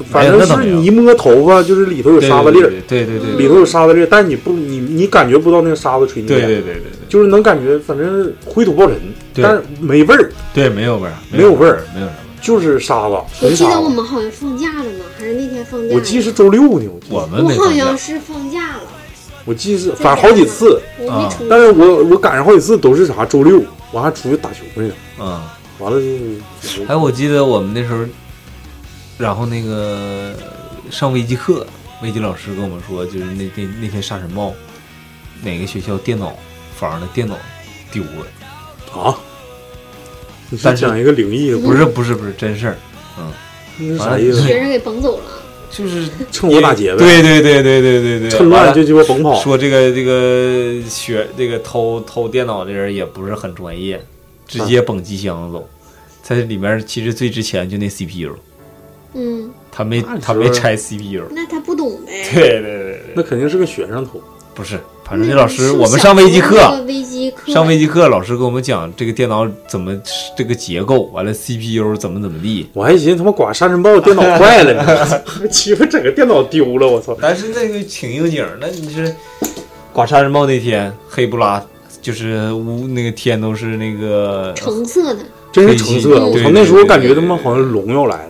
[SPEAKER 11] 反正是你一摸头发就是里头有沙子粒儿，嗯
[SPEAKER 4] 对对对，
[SPEAKER 11] 里头有沙子粒儿，但你不你你感觉不到那个沙子吹你
[SPEAKER 4] 对
[SPEAKER 11] 脸，
[SPEAKER 4] 对对对对，
[SPEAKER 11] 就是能感觉反正灰土暴尘，
[SPEAKER 4] 对
[SPEAKER 11] 但是没味儿，
[SPEAKER 4] 对没有味儿，
[SPEAKER 11] 没有味儿，
[SPEAKER 4] 没有什
[SPEAKER 11] 就是沙子，
[SPEAKER 2] 我
[SPEAKER 11] 纯
[SPEAKER 2] 记
[SPEAKER 11] 沙
[SPEAKER 2] 得我
[SPEAKER 11] 子。
[SPEAKER 2] 们好像放假了呢，还是那天放假了？
[SPEAKER 11] 我记得是周六呢，我
[SPEAKER 4] 们
[SPEAKER 2] 我好像是放假了，
[SPEAKER 4] 啊
[SPEAKER 11] 我记得是反正好几次，
[SPEAKER 2] 我没出。
[SPEAKER 11] 但是我我赶上好几次都是啥周六，我还出去打球去呢。
[SPEAKER 4] 嗯，
[SPEAKER 11] 完了 就
[SPEAKER 4] 哎，我记得我们那时候，然后那个上微机课，微机老师跟我们说，就是那那那天沙尘暴，哪个学校电脑房的电脑丢了
[SPEAKER 11] 啊？你是
[SPEAKER 4] 但是
[SPEAKER 11] 讲一个灵异的故
[SPEAKER 4] 不
[SPEAKER 11] 事
[SPEAKER 4] 是不是不是真事儿，嗯，
[SPEAKER 11] 那
[SPEAKER 4] 完了
[SPEAKER 2] 学生给绑走了，
[SPEAKER 4] 就是
[SPEAKER 11] 趁火打劫呗。
[SPEAKER 4] 对对对对对对对，
[SPEAKER 11] 趁
[SPEAKER 4] 完了
[SPEAKER 11] 乱就鸡巴甭跑。
[SPEAKER 4] 说这个这个学这个偷偷电脑的人也不是很专业，直接蹦机箱走，在里面其实最值钱就那 CPU，
[SPEAKER 2] 嗯，
[SPEAKER 4] 他没
[SPEAKER 11] 那时候
[SPEAKER 4] 他没拆 CPU，
[SPEAKER 2] 那他不懂呗。
[SPEAKER 4] 对对对对，
[SPEAKER 11] 那肯定是个学生偷，
[SPEAKER 4] 不是， 反正那老师我们上微
[SPEAKER 2] 微
[SPEAKER 4] 机课，
[SPEAKER 2] 微机课
[SPEAKER 4] 上微机课老师给我们讲这个电脑怎么这个结构，完了 CPU 怎么怎么地，
[SPEAKER 11] 我还寻思他妈刮沙尘暴电 脑坏了呢，鸡巴整个电脑丢了，我操！
[SPEAKER 4] 但是那个挺应景儿，那你是刮沙尘暴那天黑不拉，就是屋那个天都是那个
[SPEAKER 2] 橙色的，
[SPEAKER 11] 啊真是橙色，我操！那时候我感觉他妈好像龙要来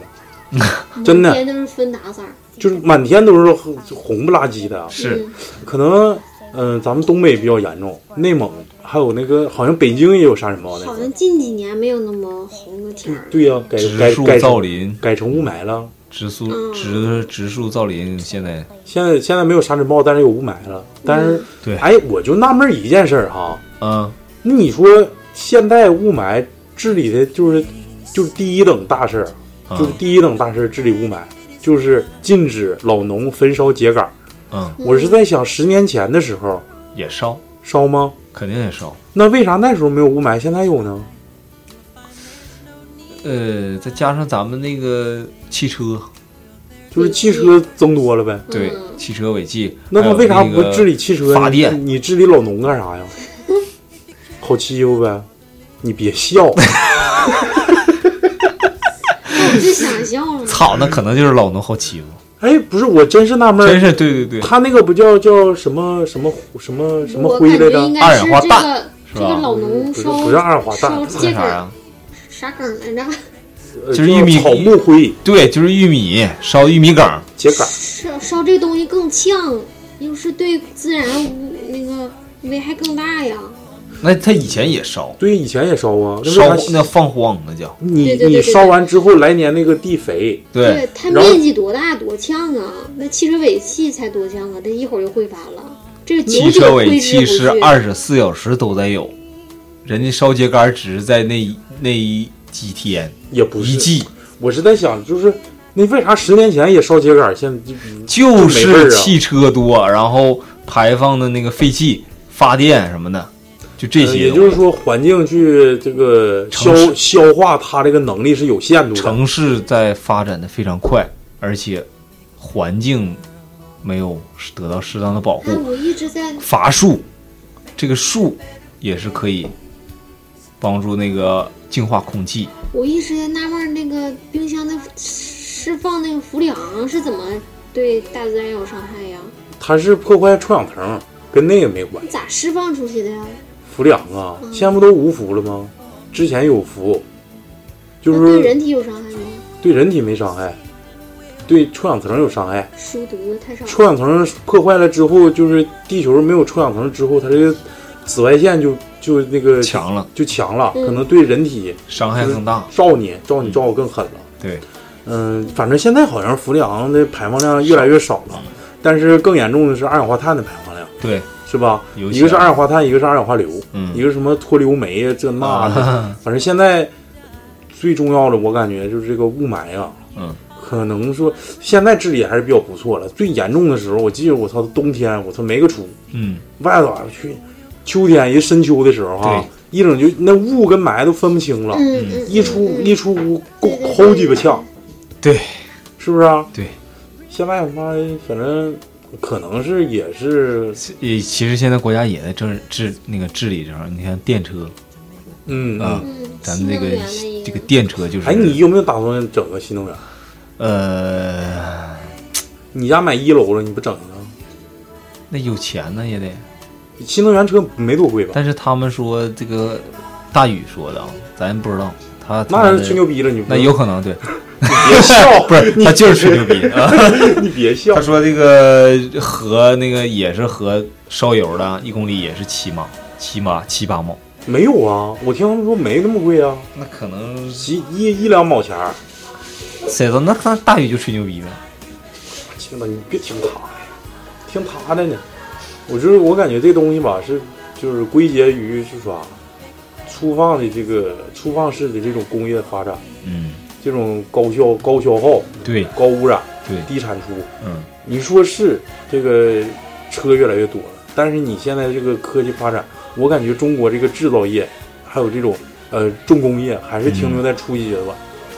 [SPEAKER 11] 了，真的
[SPEAKER 5] 满天都是芬达色儿，
[SPEAKER 11] 就是满天都是红红不拉几的。啊
[SPEAKER 2] 嗯
[SPEAKER 5] 是，
[SPEAKER 11] 可能嗯、咱们东北比较严重，内蒙还有那个好像北京也有沙尘暴呢。
[SPEAKER 5] 好像近几年没有那么红的天儿了。
[SPEAKER 11] 对呀、改
[SPEAKER 1] 植
[SPEAKER 11] 改
[SPEAKER 1] 树
[SPEAKER 11] 改
[SPEAKER 1] 造
[SPEAKER 11] 成
[SPEAKER 1] 林，
[SPEAKER 11] 改成雾霾了。
[SPEAKER 1] 植
[SPEAKER 5] 嗯
[SPEAKER 1] 树植植树造林，现在
[SPEAKER 11] 现在现在没有沙尘暴，但是有雾霾了。但是
[SPEAKER 1] 嗯，对
[SPEAKER 11] 哎，我就纳闷儿一件事儿哈，
[SPEAKER 1] 嗯，
[SPEAKER 11] 那你说现在雾霾治理的就是就是第一等大事儿，
[SPEAKER 1] 嗯
[SPEAKER 11] 就是第一等大事儿治理雾霾，就是禁止老农焚烧秸秆儿。
[SPEAKER 1] 嗯
[SPEAKER 11] 我是在想十年前的时候
[SPEAKER 1] 也烧，
[SPEAKER 11] 烧吗？
[SPEAKER 1] 肯定也烧。
[SPEAKER 11] 那为啥那时候没有雾霾，现在有呢？
[SPEAKER 1] 呃，再加上咱们那个汽车，
[SPEAKER 11] 就是汽车增多了呗。
[SPEAKER 1] 对，汽车违纪，
[SPEAKER 11] 那他
[SPEAKER 1] 还有
[SPEAKER 11] 为啥
[SPEAKER 1] 那
[SPEAKER 11] 不
[SPEAKER 1] 个
[SPEAKER 11] 治理汽车呢？
[SPEAKER 1] 发电？
[SPEAKER 11] 你治理老农干啥呀？ 好欺负呗？你别笑。
[SPEAKER 5] 我就想笑了。
[SPEAKER 1] 操，那可能就是老农好欺负，
[SPEAKER 11] 哎，不是，我真是纳闷儿，
[SPEAKER 1] 真是对对对，
[SPEAKER 11] 他那个不叫叫什么什么什么什么
[SPEAKER 5] 我
[SPEAKER 11] 灰
[SPEAKER 5] 感
[SPEAKER 11] 来
[SPEAKER 5] 觉
[SPEAKER 11] 着
[SPEAKER 5] 应？
[SPEAKER 1] 二
[SPEAKER 5] 该
[SPEAKER 1] 氧
[SPEAKER 5] 是
[SPEAKER 1] 化
[SPEAKER 5] 这
[SPEAKER 1] 氮
[SPEAKER 5] 个
[SPEAKER 1] 是
[SPEAKER 5] 这
[SPEAKER 1] 吧
[SPEAKER 5] 个老农烧
[SPEAKER 11] 不是二氧化氮
[SPEAKER 5] 烧
[SPEAKER 1] 那
[SPEAKER 5] 秸
[SPEAKER 1] 啥
[SPEAKER 5] 秆儿
[SPEAKER 1] 呀？
[SPEAKER 5] 啥梗来着？
[SPEAKER 11] 呃
[SPEAKER 1] 就是玉米
[SPEAKER 11] 草木灰，
[SPEAKER 1] 对，就是玉米烧玉米梗儿，
[SPEAKER 11] 秸秆
[SPEAKER 5] 烧烧这东西更呛，又是对自然污那个危害更大呀。
[SPEAKER 1] 那他以前也烧，
[SPEAKER 11] 对，以前也烧啊，那为
[SPEAKER 1] 烧
[SPEAKER 11] 啥
[SPEAKER 1] 那放荒那叫，
[SPEAKER 11] 你
[SPEAKER 5] 对对对
[SPEAKER 11] 你
[SPEAKER 5] 对
[SPEAKER 11] 烧完之后，来年那个地肥，
[SPEAKER 5] 对，它
[SPEAKER 11] 然后
[SPEAKER 5] 面积多大多呛啊！那汽车尾气才多呛啊！它一会儿就挥发了，这是久
[SPEAKER 1] 汽
[SPEAKER 5] 久
[SPEAKER 1] 车
[SPEAKER 5] 挥
[SPEAKER 1] 尾
[SPEAKER 5] 之不
[SPEAKER 1] 气
[SPEAKER 5] 去。
[SPEAKER 1] 是二十四小时都在有，人家烧秸秆儿只是在那一那一几天，
[SPEAKER 11] 也不
[SPEAKER 1] 一季，
[SPEAKER 11] 我是在想，就是那为啥十年前也烧秸秆儿，现在就
[SPEAKER 1] 就
[SPEAKER 11] 没味
[SPEAKER 1] 是
[SPEAKER 11] 儿啊
[SPEAKER 1] 汽车多，然后排放的那个废气、发电什么的，就这
[SPEAKER 11] 呃
[SPEAKER 1] 些
[SPEAKER 11] 也
[SPEAKER 1] 东西。
[SPEAKER 11] 就是说，环境去这个消
[SPEAKER 1] 城市
[SPEAKER 11] 消化它这个能力是有限度的。
[SPEAKER 1] 城市在发展的非常快，而且环境没有得到适当的保护
[SPEAKER 5] 哎，。我一直在
[SPEAKER 1] 伐树，这个树也是可以帮助那个净化空气。
[SPEAKER 5] 我一直在纳闷儿那个冰箱那释放那个氟里昂是怎么对大自然有伤害呀？
[SPEAKER 11] 它是破坏臭氧层，跟那个没关
[SPEAKER 5] 你。咋释放出去的呀？
[SPEAKER 11] 氟里昂啊，
[SPEAKER 5] 嗯
[SPEAKER 11] 现在不都无氟了吗？之前有氟，就
[SPEAKER 5] 那对
[SPEAKER 11] 是
[SPEAKER 5] 人体有伤害吗？
[SPEAKER 11] 对人体没伤害，对臭氧层有伤害。
[SPEAKER 5] 输毒的太少了。
[SPEAKER 11] 臭氧层破坏了之后，就是地球没有臭氧层之后，它这个紫外线就就那个
[SPEAKER 1] 强了，
[SPEAKER 11] 就强了，
[SPEAKER 1] 嗯
[SPEAKER 11] 可能对人体
[SPEAKER 1] 伤害更大，
[SPEAKER 11] 照你照你照得更狠了。
[SPEAKER 1] 对，
[SPEAKER 11] 嗯，反正现在好像氟利昂的排放量越来越少了，但是更严重的是二氧化碳的排放量，
[SPEAKER 1] 对，
[SPEAKER 11] 是吧？
[SPEAKER 1] 尤其
[SPEAKER 11] 一个是二氧化碳，一个是二氧化硫，
[SPEAKER 1] 嗯
[SPEAKER 11] 一个什么脱硫酶啊，这那的。
[SPEAKER 1] 啊
[SPEAKER 11] 反正现在最重要的，我感觉就是这个雾霾啊，
[SPEAKER 1] 嗯，
[SPEAKER 11] 可能说现在治理还是比较不错了。最严重的时候，我记得我操，冬天我操没个出，
[SPEAKER 1] 嗯，
[SPEAKER 11] 外头啊去，秋天一深秋的时候啊，一整就那雾跟霾都分不清
[SPEAKER 1] 啊
[SPEAKER 11] 了，
[SPEAKER 5] 嗯嗯
[SPEAKER 11] 一出一出屋够好几个呛，
[SPEAKER 1] 对，
[SPEAKER 11] 是不是啊？
[SPEAKER 1] 对，
[SPEAKER 11] 现在他妈反正可能是也是，
[SPEAKER 1] 也其实现在国家也在治治那个治理这方面，你看电车，
[SPEAKER 11] 嗯
[SPEAKER 1] 啊
[SPEAKER 11] 嗯，
[SPEAKER 1] 咱们这
[SPEAKER 11] 新能
[SPEAKER 1] 个
[SPEAKER 11] 源的一个
[SPEAKER 1] 这个电车就是，
[SPEAKER 11] 哎，你有没有打算整个新能源？
[SPEAKER 1] 呃，
[SPEAKER 11] 你家买一楼了，你不整啊呢？
[SPEAKER 1] 那有钱呢也得，
[SPEAKER 11] 新能源车没多贵吧？
[SPEAKER 1] 但是他们说这个大宇说的啊，咱不知道。他
[SPEAKER 11] 那
[SPEAKER 1] 他的
[SPEAKER 11] 吹牛逼了你不知
[SPEAKER 1] 那
[SPEAKER 11] 道
[SPEAKER 1] 有可能对，
[SPEAKER 11] 别笑
[SPEAKER 1] 不是
[SPEAKER 11] 你
[SPEAKER 1] 他就是吹牛 逼啊！
[SPEAKER 11] 你别笑，
[SPEAKER 1] 他说这个和那个也是和烧油的，一公里也是七毛，七毛七八毛，
[SPEAKER 11] 没有啊，我听他们说没那么贵啊。
[SPEAKER 1] 那可能
[SPEAKER 11] 一一一两毛钱儿。
[SPEAKER 1] 谁知道？那那大宇就吹牛逼呗。
[SPEAKER 11] 亲们，你别听他的，听他的呢。我就是我感觉这东西吧，是就是归结于是说啊粗放的这个粗放式的这种工业发展，
[SPEAKER 1] 嗯，
[SPEAKER 11] 这种高消高消耗、
[SPEAKER 1] 对，
[SPEAKER 11] 高污染、
[SPEAKER 1] 对
[SPEAKER 11] 低产出，
[SPEAKER 1] 嗯，
[SPEAKER 11] 你说是这个车越来越多了，但是你现在这个科技发展，我感觉中国这个制造业，还有这种呃重工业，还是停留在初级阶段，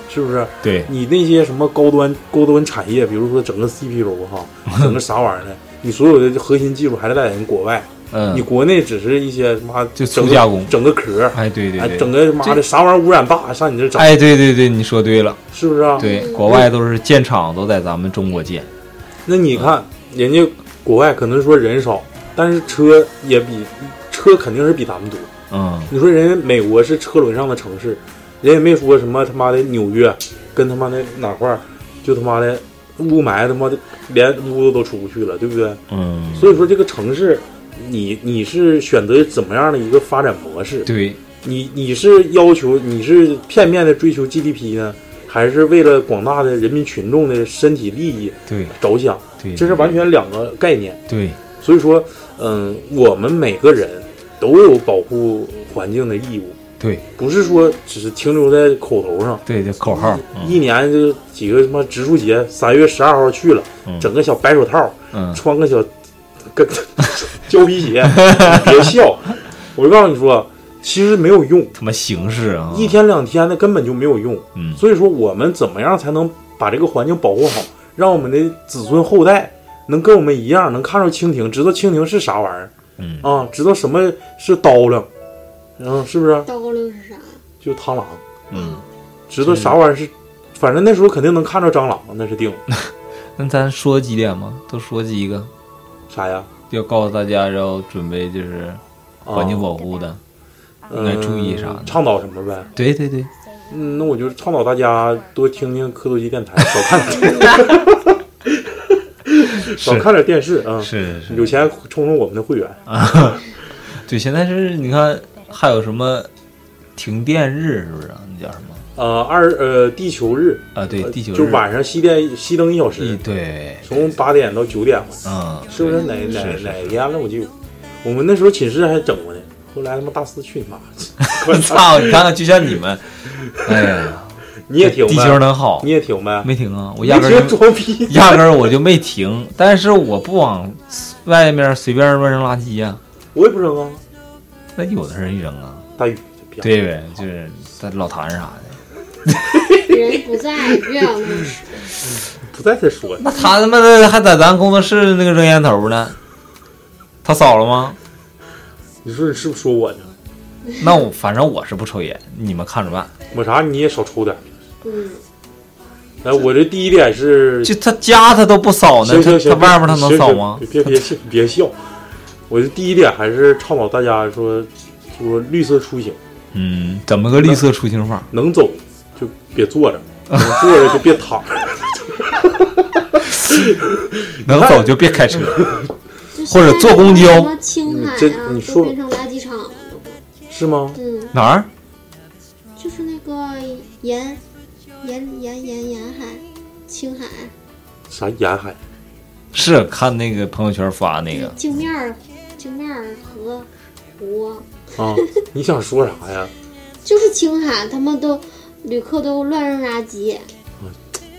[SPEAKER 11] 是不是？
[SPEAKER 1] 对
[SPEAKER 11] 你那些什么高端高端产业，比如说整个 CPU 哈，整个啥玩意儿的，你所有的核心技术还是在人国外。
[SPEAKER 1] 嗯
[SPEAKER 11] 你国内只是一些妈就
[SPEAKER 1] 粗加工
[SPEAKER 11] 整个壳儿，
[SPEAKER 1] 哎，对对
[SPEAKER 11] 哎
[SPEAKER 1] 对，
[SPEAKER 11] 整个妈的
[SPEAKER 1] 这
[SPEAKER 11] 啥玩意儿污染大，上你这整，
[SPEAKER 1] 哎，对对对，你说对了，
[SPEAKER 11] 是不是啊？
[SPEAKER 1] 对，国外都是建厂都在咱们中国建，
[SPEAKER 11] 那你看，人家国外可能说人少，但是车也比车肯定是比咱们多。
[SPEAKER 1] 嗯，
[SPEAKER 11] 你说人家美国是车轮上的城市，人也没说什么他妈的纽约跟他妈的哪块儿就他妈的雾霾他妈的连屋子都出不去了，对不对？
[SPEAKER 1] 嗯，
[SPEAKER 11] 所以说这个城市，你你是选择怎么样的一个发展模式？
[SPEAKER 1] 对，
[SPEAKER 11] 你你是要求你是片面的追求 GDP 呢，还是为了广大的人民群众的身体利益
[SPEAKER 1] 对
[SPEAKER 11] 着想？
[SPEAKER 1] 对
[SPEAKER 11] 这是完全两个概念。
[SPEAKER 1] 对，
[SPEAKER 11] 所以说，嗯，我们每个人都有保护环境的义务。
[SPEAKER 1] 对，
[SPEAKER 11] 不是说只是停留在口头上。
[SPEAKER 1] 对，就口号。
[SPEAKER 11] 一年就几个他妈植树节，三月十二号去了，
[SPEAKER 1] 嗯
[SPEAKER 11] 整个小白手套，
[SPEAKER 1] 嗯
[SPEAKER 11] 穿个小跟 胶皮鞋，别笑。我就告诉你说，其实没有用，
[SPEAKER 1] 他妈形式啊，
[SPEAKER 11] 一天两天的根本就没有用。
[SPEAKER 1] 嗯
[SPEAKER 11] 所以说我们怎么样才能把这个环境保护好，让我们的子孙后代能跟我们一样，能看着蜻蜓，知道蜻蜓是啥玩意儿，
[SPEAKER 1] 嗯
[SPEAKER 11] 啊，知道什么是刀楞，嗯，是不是？
[SPEAKER 5] 倒钩令是啥？
[SPEAKER 11] 就螳螂，
[SPEAKER 1] 嗯，
[SPEAKER 11] 知道啥玩意儿是，反正那时候肯定能看着蟑螂，那是定。
[SPEAKER 1] 那咱说几点吗？都说几个？
[SPEAKER 11] 啥呀？啊
[SPEAKER 1] 要告诉大家要准备就是
[SPEAKER 11] 哦
[SPEAKER 1] 环境保护的，应该注意啥
[SPEAKER 11] 嗯
[SPEAKER 1] 的。
[SPEAKER 11] 倡导什么呗？
[SPEAKER 1] 对对对，
[SPEAKER 11] 嗯，那我就倡导大家多听听科多机电台，少看点，少看点电视啊。
[SPEAKER 1] 是是
[SPEAKER 11] 有钱充充我们的会员
[SPEAKER 1] 啊。 对，现在是你看还有什么停电日是不是啊？那叫什么？
[SPEAKER 11] 呃，二呃，地球日呃
[SPEAKER 1] 啊，对，地球日
[SPEAKER 11] 就晚上熄电熄灯一小时，
[SPEAKER 1] 对，
[SPEAKER 11] 从八点到九点嘛，
[SPEAKER 1] 嗯，
[SPEAKER 11] 是不是哪哪哪天了？我记得我们那时候寝室还整过呢，后来他妈大四去你妈！
[SPEAKER 1] 我操！你看看，就像你 们，哎呀，
[SPEAKER 11] 你也停呗
[SPEAKER 1] 地球能好？
[SPEAKER 11] 你也停呗？
[SPEAKER 1] 没停啊，我压根
[SPEAKER 11] 你
[SPEAKER 1] 儿
[SPEAKER 11] 别
[SPEAKER 1] 就
[SPEAKER 11] 装逼
[SPEAKER 1] 压根儿我就没停。但是我不往外面随便乱扔垃圾呀、
[SPEAKER 11] 我也不扔啊。
[SPEAKER 1] 那有的人扔啊，
[SPEAKER 11] 大雨
[SPEAKER 1] 对呗，就是在老坛啥的。
[SPEAKER 5] 人不在，月亮不食。
[SPEAKER 11] 不在再说。
[SPEAKER 1] 那他他妈的还在咱工作室那个扔烟头呢，他扫了吗？
[SPEAKER 11] 你说你是不是说我呢？
[SPEAKER 1] 那我反正我是不抽烟，你们看着办。
[SPEAKER 11] 抹茶你也少抽点。
[SPEAKER 5] 嗯，
[SPEAKER 11] 哎，我这第一点是，
[SPEAKER 1] 就他家他都不扫呢
[SPEAKER 11] 行行
[SPEAKER 1] 他
[SPEAKER 11] 行
[SPEAKER 1] 他外面他能
[SPEAKER 11] 行行
[SPEAKER 1] 扫吗
[SPEAKER 11] 别别别别笑，我这第一点还是倡导大家说，说绿色出行，
[SPEAKER 1] 嗯，怎么个绿色出行法？
[SPEAKER 11] 能走就别坐着，能坐着就别躺着。
[SPEAKER 1] 能走就别开车，
[SPEAKER 5] 就现
[SPEAKER 1] 或者
[SPEAKER 5] 在
[SPEAKER 1] 坐公
[SPEAKER 5] 什
[SPEAKER 1] 交嗯
[SPEAKER 5] 么青海
[SPEAKER 11] 这
[SPEAKER 5] 啊，都
[SPEAKER 11] 你说
[SPEAKER 5] 变成垃圾场了。
[SPEAKER 11] 是吗？
[SPEAKER 5] 嗯，
[SPEAKER 1] 哪儿？
[SPEAKER 5] 就是那个沿沿沿沿沿海，青海
[SPEAKER 11] 啥沿海？
[SPEAKER 1] 是看那个朋友圈发那个，
[SPEAKER 5] 镜面儿镜面儿河湖，
[SPEAKER 11] 啊，你想说啥呀？
[SPEAKER 5] 就是青海，他们都旅客都乱扔垃圾。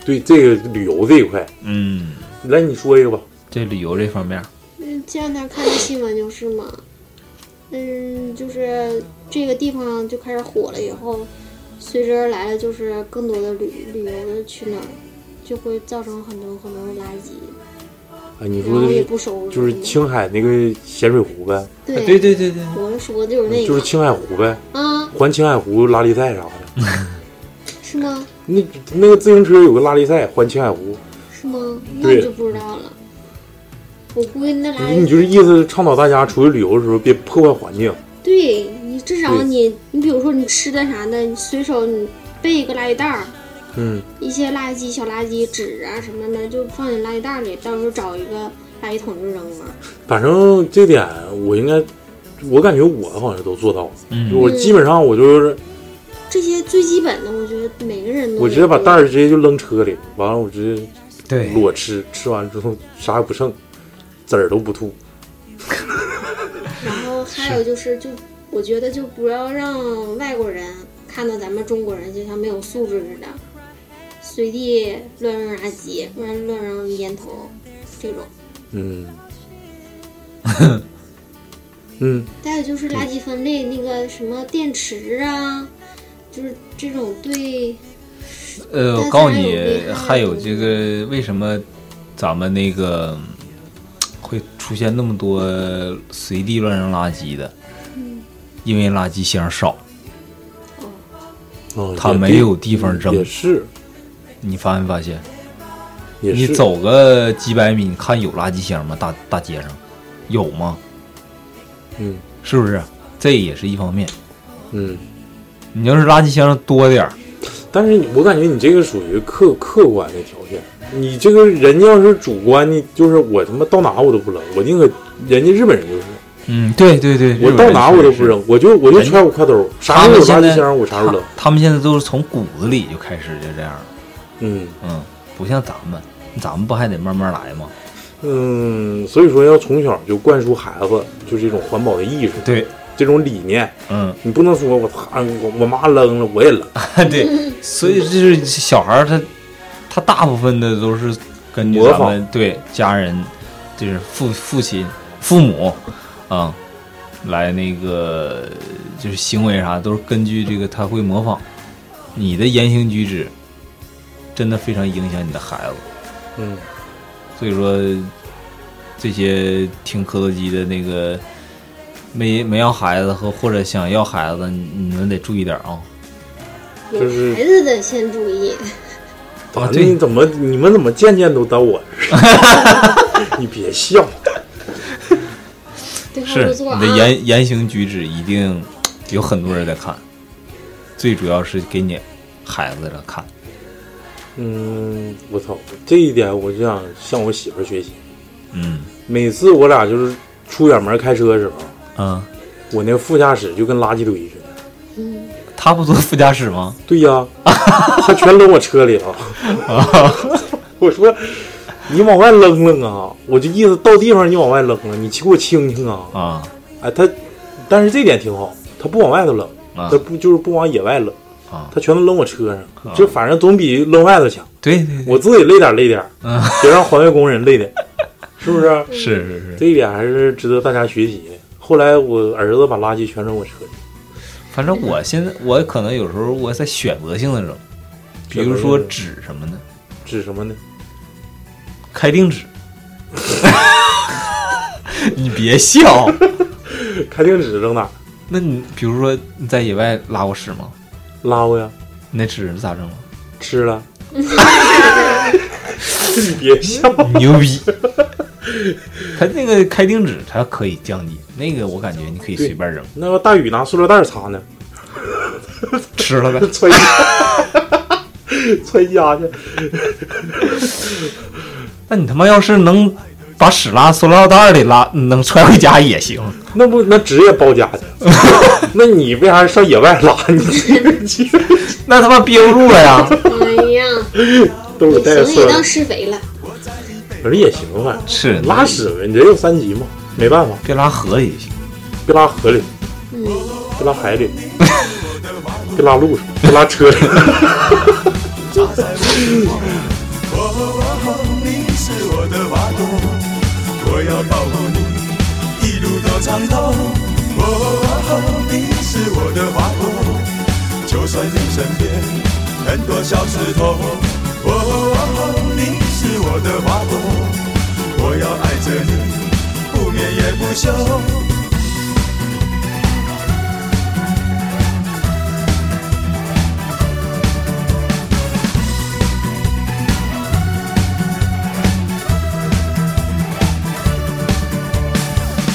[SPEAKER 11] 对这个旅游这一块，
[SPEAKER 1] 嗯，
[SPEAKER 11] 来你说一个吧。
[SPEAKER 1] 这旅游这方面，
[SPEAKER 5] 嗯，前两天看的新闻就是嘛，嗯，就是这个地方就开始火了以后，随之而来的就是更多的旅旅游的去那儿，就会造成很多很多的垃圾。
[SPEAKER 11] 哎，你
[SPEAKER 5] 然后
[SPEAKER 11] 说的
[SPEAKER 5] 也
[SPEAKER 11] 是
[SPEAKER 5] 不收拾
[SPEAKER 11] 就是青海那个咸水湖呗，
[SPEAKER 5] 对
[SPEAKER 1] 对对对对，
[SPEAKER 5] 我说的就是那个，
[SPEAKER 11] 嗯就是青海湖呗，
[SPEAKER 5] 啊，
[SPEAKER 11] 环青海湖拉力赛啥的。
[SPEAKER 5] 是吗？
[SPEAKER 11] 那那个自行车有个拉力赛，环青海湖，
[SPEAKER 5] 是吗？那
[SPEAKER 11] 对嗯
[SPEAKER 5] 我就不知道了。我估计那垃圾
[SPEAKER 11] 你就是意思是倡导大家出去旅游的时候别破坏环境。
[SPEAKER 5] 对你至少
[SPEAKER 11] 对
[SPEAKER 5] 你你比如说你吃的啥的，你随手你备一个垃圾袋儿，
[SPEAKER 11] 嗯，
[SPEAKER 5] 一些垃圾小垃圾纸啊什么的就放进垃圾袋里，到时候找一个垃圾桶就扔了。
[SPEAKER 11] 反正这点我应该，我感觉我好像都做到了。
[SPEAKER 1] 嗯
[SPEAKER 11] 就我基本上我就是
[SPEAKER 5] 这些最基本的，我觉得每个人都
[SPEAKER 11] 我直接把袋儿直接就扔车里，完了我直接
[SPEAKER 1] 对
[SPEAKER 11] 裸吃，吃完之后啥也不剩，籽儿都不吐。
[SPEAKER 5] 然后还有就是，就我觉得就不要让外国人看到咱们中国人就像没有素质似的，随地乱扔垃圾、乱乱扔烟头这种。
[SPEAKER 11] 嗯，嗯，
[SPEAKER 5] 还有就是垃圾分类那个什么电池啊，就是这种对
[SPEAKER 1] 呃，我告诉你，还有这个为什么咱们那个会出现那么多随地乱扔垃圾的？因为垃圾箱少，
[SPEAKER 11] 哦
[SPEAKER 1] 它
[SPEAKER 11] 也
[SPEAKER 1] 没
[SPEAKER 11] 对
[SPEAKER 1] 有地方扔。
[SPEAKER 11] 也是，
[SPEAKER 1] 你发没发现？
[SPEAKER 11] 也
[SPEAKER 1] 你
[SPEAKER 11] 是
[SPEAKER 1] 走个几百米，你看有垃圾箱吗？大大街上有吗？
[SPEAKER 11] 嗯，
[SPEAKER 1] 是不是？这也是一方面。
[SPEAKER 11] 嗯，
[SPEAKER 1] 你要是垃圾箱多点儿，
[SPEAKER 11] 但是你我感觉你这个属于客客观的条件，你这个人要是主观，你就是我他妈到哪我都不扔，我宁可人家日本人就是，
[SPEAKER 1] 嗯，对对对，
[SPEAKER 11] 我到哪我都不扔，我就我就揣我挎兜，啥
[SPEAKER 1] 他
[SPEAKER 11] 时候
[SPEAKER 1] 们
[SPEAKER 11] 有
[SPEAKER 1] 现
[SPEAKER 11] 垃圾
[SPEAKER 1] 在
[SPEAKER 11] 箱我啥时候扔
[SPEAKER 1] 他。他们现在都是从骨子里就开始就这样了。
[SPEAKER 11] 嗯
[SPEAKER 1] 嗯，不像咱们，咱们不还得慢慢来吗？
[SPEAKER 11] 嗯，所以说要从小就灌输孩子就这种环保的意识，
[SPEAKER 1] 对
[SPEAKER 11] 这种理念，
[SPEAKER 1] 嗯，
[SPEAKER 11] 你不能说我操，我我妈扔了我也
[SPEAKER 1] 啊
[SPEAKER 11] 扔，
[SPEAKER 1] 对，所以就是小孩儿他他大部分的都是根据
[SPEAKER 11] 模
[SPEAKER 1] 咱
[SPEAKER 11] 仿
[SPEAKER 1] 们对家人，就是父父亲、父母啊、来那个就是行为啥都是根据这个他会模仿你的言行举止，真的非常影响你的孩子。
[SPEAKER 11] 嗯，
[SPEAKER 1] 所以说这些听磕头机的那个没没要孩子和或者想要孩子，你你们得注意点啊。
[SPEAKER 11] 就是
[SPEAKER 5] 孩子得先注意，
[SPEAKER 11] 啊，你怎么你们怎么渐渐都到我这儿？ 你别笑，
[SPEAKER 5] 对号
[SPEAKER 1] 是
[SPEAKER 5] 入
[SPEAKER 1] 你
[SPEAKER 5] 座啊。
[SPEAKER 1] 的言言行举止一定有很多人在看，最主要是给你孩子在看。
[SPEAKER 11] 嗯，我操，这一点我就想向我媳妇儿学习。
[SPEAKER 1] 嗯
[SPEAKER 11] 每次我俩就是出远门开车的时候，
[SPEAKER 1] 啊，
[SPEAKER 11] 我那副驾驶就跟垃圾堆似的。
[SPEAKER 5] 嗯，
[SPEAKER 1] 他不坐副驾驶吗？
[SPEAKER 11] 对 呀，他全扔我车里了。我说你往外扔扔啊，我就意思到地方你往外扔啊，你去给我清清啊。
[SPEAKER 1] 啊，
[SPEAKER 11] 哎，他，但是这点挺好，他不往外头扔，
[SPEAKER 1] 啊
[SPEAKER 11] 他不就是不往野外扔，
[SPEAKER 1] 啊
[SPEAKER 11] 他全都扔我车
[SPEAKER 1] 啊
[SPEAKER 11] 上，就反正总比扔外头强。
[SPEAKER 1] 对对
[SPEAKER 11] 我自己累点累点，
[SPEAKER 1] 嗯，
[SPEAKER 11] 别让环卫工人累点，是不是？
[SPEAKER 1] 是是是
[SPEAKER 11] 这一点还是值得大家学习的。后来我儿子把垃圾全扔我车里，
[SPEAKER 1] 反正我现在我可能有时候我在选择性的扔，比如说纸什么的，
[SPEAKER 11] 纸什么的，
[SPEAKER 1] 开腚纸。 你别笑，
[SPEAKER 11] 开腚纸扔哪？
[SPEAKER 1] 那你比如说你在野外拉过屎吗？
[SPEAKER 11] 拉过呀。
[SPEAKER 1] 你那纸咋整啊？
[SPEAKER 11] 吃了。 你别笑，
[SPEAKER 1] 牛逼！他那个开腚纸，它可以降解，那个我感觉你可以随便扔，
[SPEAKER 11] 那要大宇拿塑料袋擦呢，
[SPEAKER 1] 吃了呗。
[SPEAKER 11] 揣 揣家去。
[SPEAKER 1] 那你他妈要是能把屎拉塑料袋里拉，能揣回家也行。
[SPEAKER 11] 那不那纸也包家去， 那你为啥上野外拉？你
[SPEAKER 1] 那他妈憋不住了呀！
[SPEAKER 5] 哎呀，
[SPEAKER 11] 兜里带
[SPEAKER 5] 行
[SPEAKER 11] 着
[SPEAKER 5] 了也当
[SPEAKER 11] 塑料袋，
[SPEAKER 5] 施肥了。
[SPEAKER 11] 可是也行吧？
[SPEAKER 1] 是
[SPEAKER 11] 拉屎呗，你人有三级嘛，没办法，
[SPEAKER 1] 别拉河里也行，
[SPEAKER 11] 别拉河里，
[SPEAKER 5] 嗯，
[SPEAKER 11] 别拉海里， 别拉路上，别拉车上。
[SPEAKER 7] 我我你是我的瓦朵，我要保护你一路到长头。我我你是我的瓦朵，就算你身边很多小石头，我我你是我的瓦朵，我要爱着你，不眠也不休。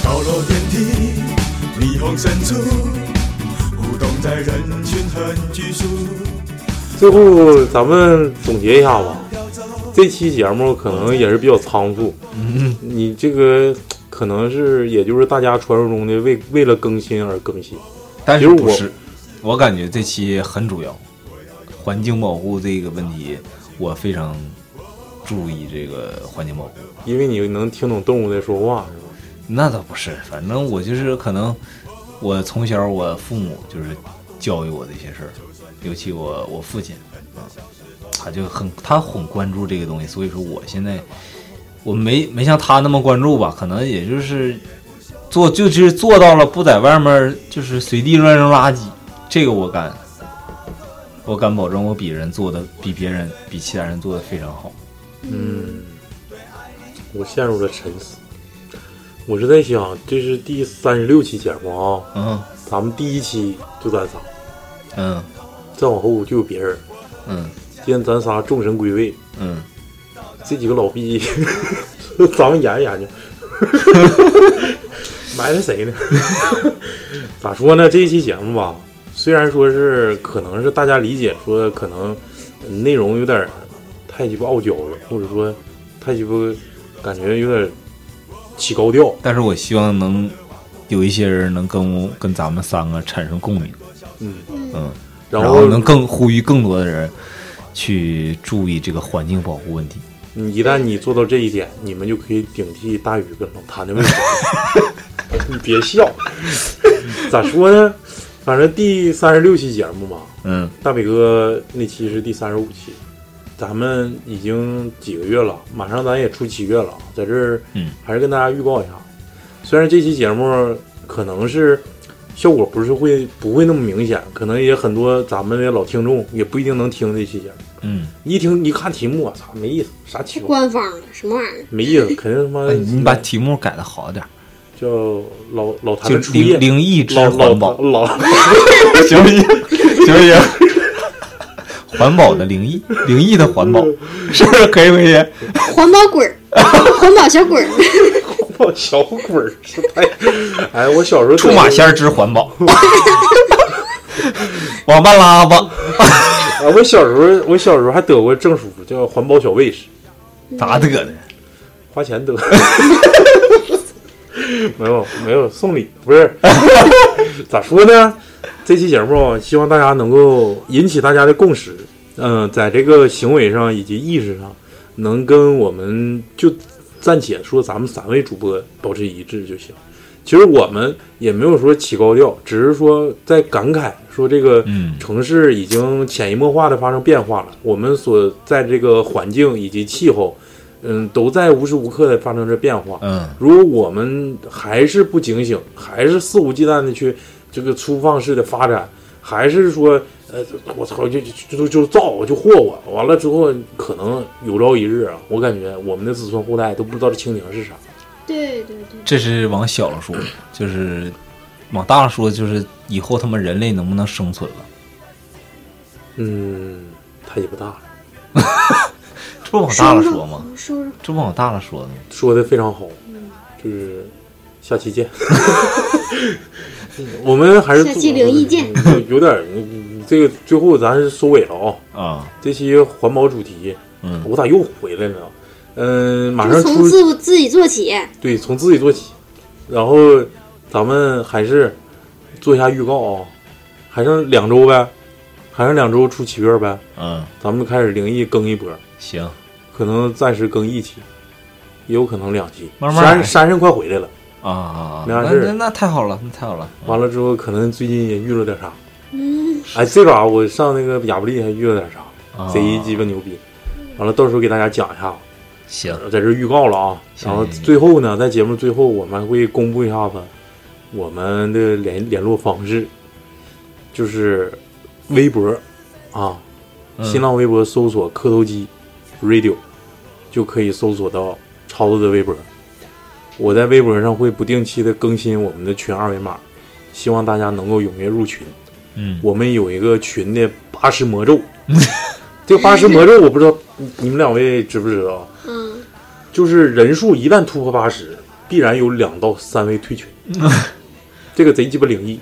[SPEAKER 7] 高楼电梯，霓虹深处，舞动在人群很拘束。
[SPEAKER 11] 最后咱们总结一下吧，这期节目可能也是比较仓促，
[SPEAKER 1] 嗯，
[SPEAKER 11] 你这个可能是也就是大家传说中的为为了更新而更新，
[SPEAKER 1] 但是
[SPEAKER 11] 其实
[SPEAKER 1] 不
[SPEAKER 11] 我
[SPEAKER 1] 是？我感觉这期很主要，环境保护这个问题，我非常注意这个环境保护。
[SPEAKER 11] 因为你能听懂动物在说话，是吧？
[SPEAKER 1] 那倒不是，反正我就是可能，我从小我父母就是教育我的一些事儿，尤其我我父亲啊，他就很他很关注这个东西，所以说我现在我没没像他那么关注吧，可能也就是做就是做到了不在外面就是随地乱扔垃圾，这个我敢，我敢保证我比人做的比别人比其他人做的非常好。
[SPEAKER 11] 嗯，我陷入了沉思。我是在想，这是第三十六期节目啊，
[SPEAKER 1] 嗯，
[SPEAKER 11] 咱们第一期就咱仨，
[SPEAKER 1] 嗯
[SPEAKER 11] 再往后就有别人。
[SPEAKER 1] 嗯
[SPEAKER 11] 今天咱仨众神归位，
[SPEAKER 1] 嗯，
[SPEAKER 11] 这几个老逼， 咱们研究 研究， 埋汰谁呢？咋说呢？这一期节目吧，虽然说是可能是大家理解说可能呃内容有点儿太鸡巴傲娇了，或者说太鸡巴感觉有点儿起高调，
[SPEAKER 1] 但是我希望能有一些人能跟我跟咱们三个产生共鸣，
[SPEAKER 11] 嗯
[SPEAKER 1] 嗯，
[SPEAKER 11] 然
[SPEAKER 1] 然
[SPEAKER 11] 后
[SPEAKER 1] 能更呼吁更多的人去注意这个环境保护问题。
[SPEAKER 11] 你一旦你做到这一点，你们就可以顶替大宇跟老谭的位置。你别笑，咋说呢？反正第三十六期节目嘛，
[SPEAKER 1] 嗯，
[SPEAKER 11] 大北哥那期是第三十五期，咱们已经几个月了，马上咱也出七月了，在这儿，
[SPEAKER 1] 嗯，
[SPEAKER 11] 还是跟大家预告一下，虽然这期节目可能是效果不是会不会那么明显，可能也很多咱们的老听众也不一定能听这期节目，
[SPEAKER 1] 嗯，
[SPEAKER 11] 一听一看题目，我操，没意思，啥题目？
[SPEAKER 5] 官方了，什么玩意儿？
[SPEAKER 11] 没意思，肯定他妈
[SPEAKER 1] 哎你把题目改的好点儿，
[SPEAKER 11] 叫老老谭
[SPEAKER 1] 就
[SPEAKER 11] 的
[SPEAKER 1] 是
[SPEAKER 11] 初夜
[SPEAKER 1] 灵灵异之
[SPEAKER 11] 老老
[SPEAKER 1] 环保
[SPEAKER 11] 老
[SPEAKER 1] 行不行？行不行？ 环保的灵异，灵异的环保， 是不是可以不可以？
[SPEAKER 5] 环保 滚儿，环保小滚儿，
[SPEAKER 11] 老小鬼儿是太，哎，我小时候
[SPEAKER 1] 出马仙儿之环 保，王八拉吧。
[SPEAKER 11] 啊，我小时候我小时候还得过证书，叫环保小卫士，
[SPEAKER 1] 咋得的？
[SPEAKER 11] 花钱得。 没有没有送礼不是， 咋说呢？这期节目希望大家能够引起大家的共识，嗯、在这个行为上以及意识上，能跟我们就暂且说咱们三位主播保持一致就行。其实我们也没有说起高调，只是说在感慨说这个城市已经潜移默化的发生变化了，我们所在这个环境以及气候，嗯，都在无时无刻的发生着变化。
[SPEAKER 1] 嗯，
[SPEAKER 11] 如果我们还是不警醒，还是肆无忌惮的去这个粗放式的发展，还是说，呃，我操，就就就就造我就祸我，完了之后，可能有朝一日啊，我感觉我们的子孙后代都不知道这蜻蜓是啥。
[SPEAKER 5] 对对对，
[SPEAKER 1] 这是往小 了说，就是往大了说，就是以后他们人类能不能生存了？
[SPEAKER 11] 嗯，太鸡巴大了，
[SPEAKER 1] 这不往大了说吗？
[SPEAKER 5] 收拾
[SPEAKER 1] 这不往大了说吗？
[SPEAKER 11] 说的非常好，
[SPEAKER 5] 嗯
[SPEAKER 11] 就是下 期见。我们还是
[SPEAKER 5] 下期灵异见
[SPEAKER 11] 有有点儿嗯这个最后咱是收尾了啊、
[SPEAKER 1] 啊！
[SPEAKER 11] 这期环保主题，
[SPEAKER 1] 嗯，
[SPEAKER 11] 我咋又回来了？嗯、马上
[SPEAKER 5] 就从
[SPEAKER 11] 出
[SPEAKER 5] 自自己做起，
[SPEAKER 11] 对，从自己做起。然后咱们还是做一下预告啊，还剩两周呗，还剩两周出七月呗。
[SPEAKER 1] 嗯，
[SPEAKER 11] 咱们就开始灵异更一波，
[SPEAKER 1] 行，
[SPEAKER 11] 可能暂时更一期，也有可能两期。
[SPEAKER 1] 慢慢来
[SPEAKER 11] 山山上快回来了，
[SPEAKER 1] 啊啊啊！
[SPEAKER 11] 没啥
[SPEAKER 1] 那
[SPEAKER 11] 事儿
[SPEAKER 1] 那那太好了，那太好了。
[SPEAKER 11] 完了之后可能最近也遇了点啥。
[SPEAKER 5] 嗯，
[SPEAKER 11] 哎，这把我上那个亚布力还遇了点
[SPEAKER 1] 啊
[SPEAKER 11] 啥，贼鸡巴牛逼。完了，到时候给大家讲一下。啊
[SPEAKER 1] 行，
[SPEAKER 11] 呃在这儿预告了啊。
[SPEAKER 1] 行
[SPEAKER 11] 然后最后呢，在节目最后我们会公布一下子我们的联联络方式，就是微博啊，
[SPEAKER 1] 嗯
[SPEAKER 11] 新浪微博搜索“磕头机 radio” 就可以搜索到超子的微博。我在微博上会不定期的更新我们的群二维码，希望大家能够踊跃入群。
[SPEAKER 1] 嗯，
[SPEAKER 11] 我们有一个群的八十魔咒，这个八十魔咒我不知道你你们两位知不知道？啊
[SPEAKER 5] 嗯，
[SPEAKER 11] 就是人数一旦突破八十，必然有两到三位退群，这个贼鸡巴灵异。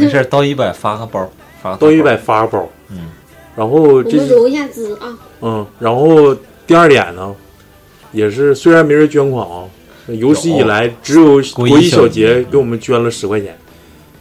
[SPEAKER 1] 没事儿，到一百发个包，发个
[SPEAKER 11] 到一百发个包，
[SPEAKER 1] 嗯，
[SPEAKER 11] 然后
[SPEAKER 5] 我
[SPEAKER 11] 这
[SPEAKER 5] 们揉一下资啊，
[SPEAKER 11] 嗯，然后第二点呢，也是虽然没人捐款啊，有史以来只有国
[SPEAKER 1] 哦国一
[SPEAKER 11] 一
[SPEAKER 1] 小
[SPEAKER 11] 小
[SPEAKER 1] 节嗯
[SPEAKER 11] 杰给我们捐了十块钱，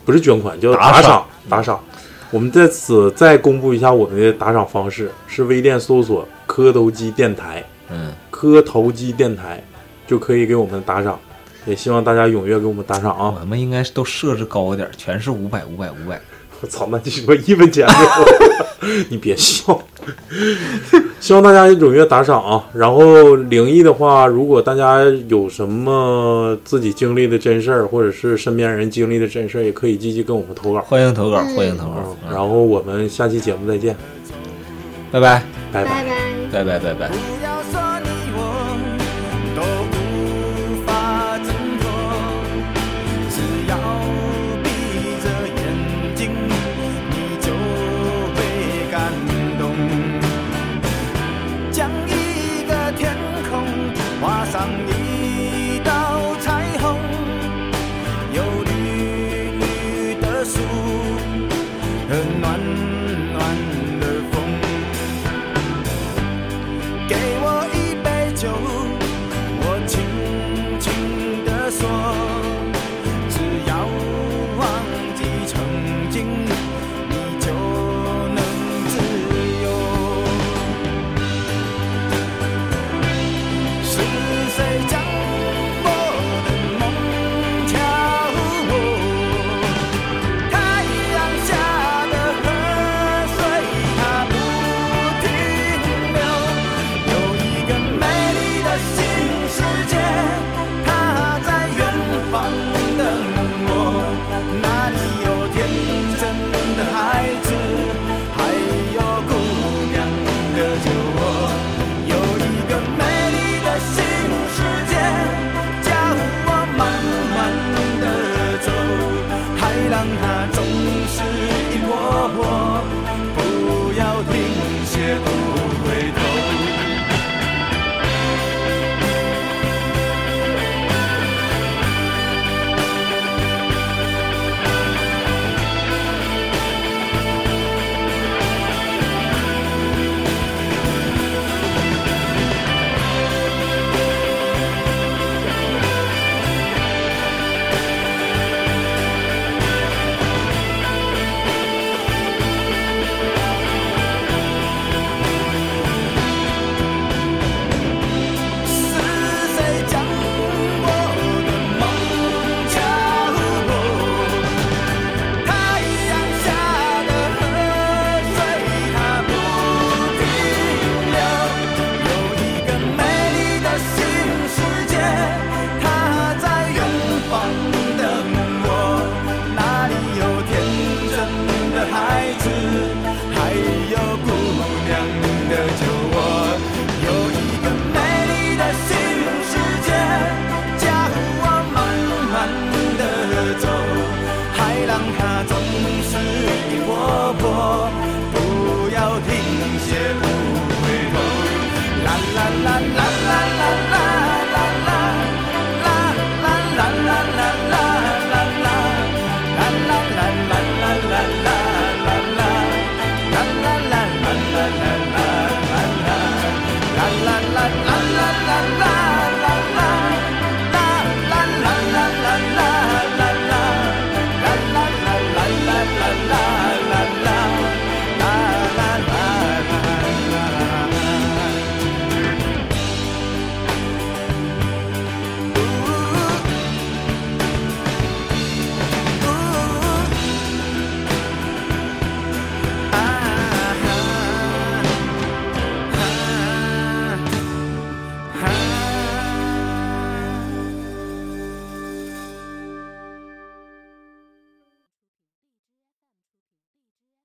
[SPEAKER 11] 不是捐款，叫
[SPEAKER 1] 打赏
[SPEAKER 11] 打赏打赏。我们在此再公布一下我们的打赏方式，是微店搜索“磕头机电台”，
[SPEAKER 1] 嗯，
[SPEAKER 11] 磕头机电台就可以给我们打赏，也希望大家踊跃给我们打赏啊！
[SPEAKER 1] 我们应该都设置高一点，全是五百五百五百。
[SPEAKER 11] 我操，那鸡巴一分钱没有！ 你别笑，希望大家踊跃打赏啊！然后灵异的话，如果大家有什么自己经历的真事儿，或者是身边人经历的真事儿，也可以积极跟我们投稿。
[SPEAKER 1] 欢迎投稿，欢迎投稿
[SPEAKER 11] 嗯，然后我们下期节目再见，
[SPEAKER 1] 拜拜，
[SPEAKER 11] 拜拜。
[SPEAKER 1] 拜拜，拜拜。
[SPEAKER 4] 不要说你我都无法挣脱，只要闭着眼睛，你就被感动。将一个天空画上一道彩虹，有绿绿的树。新世界。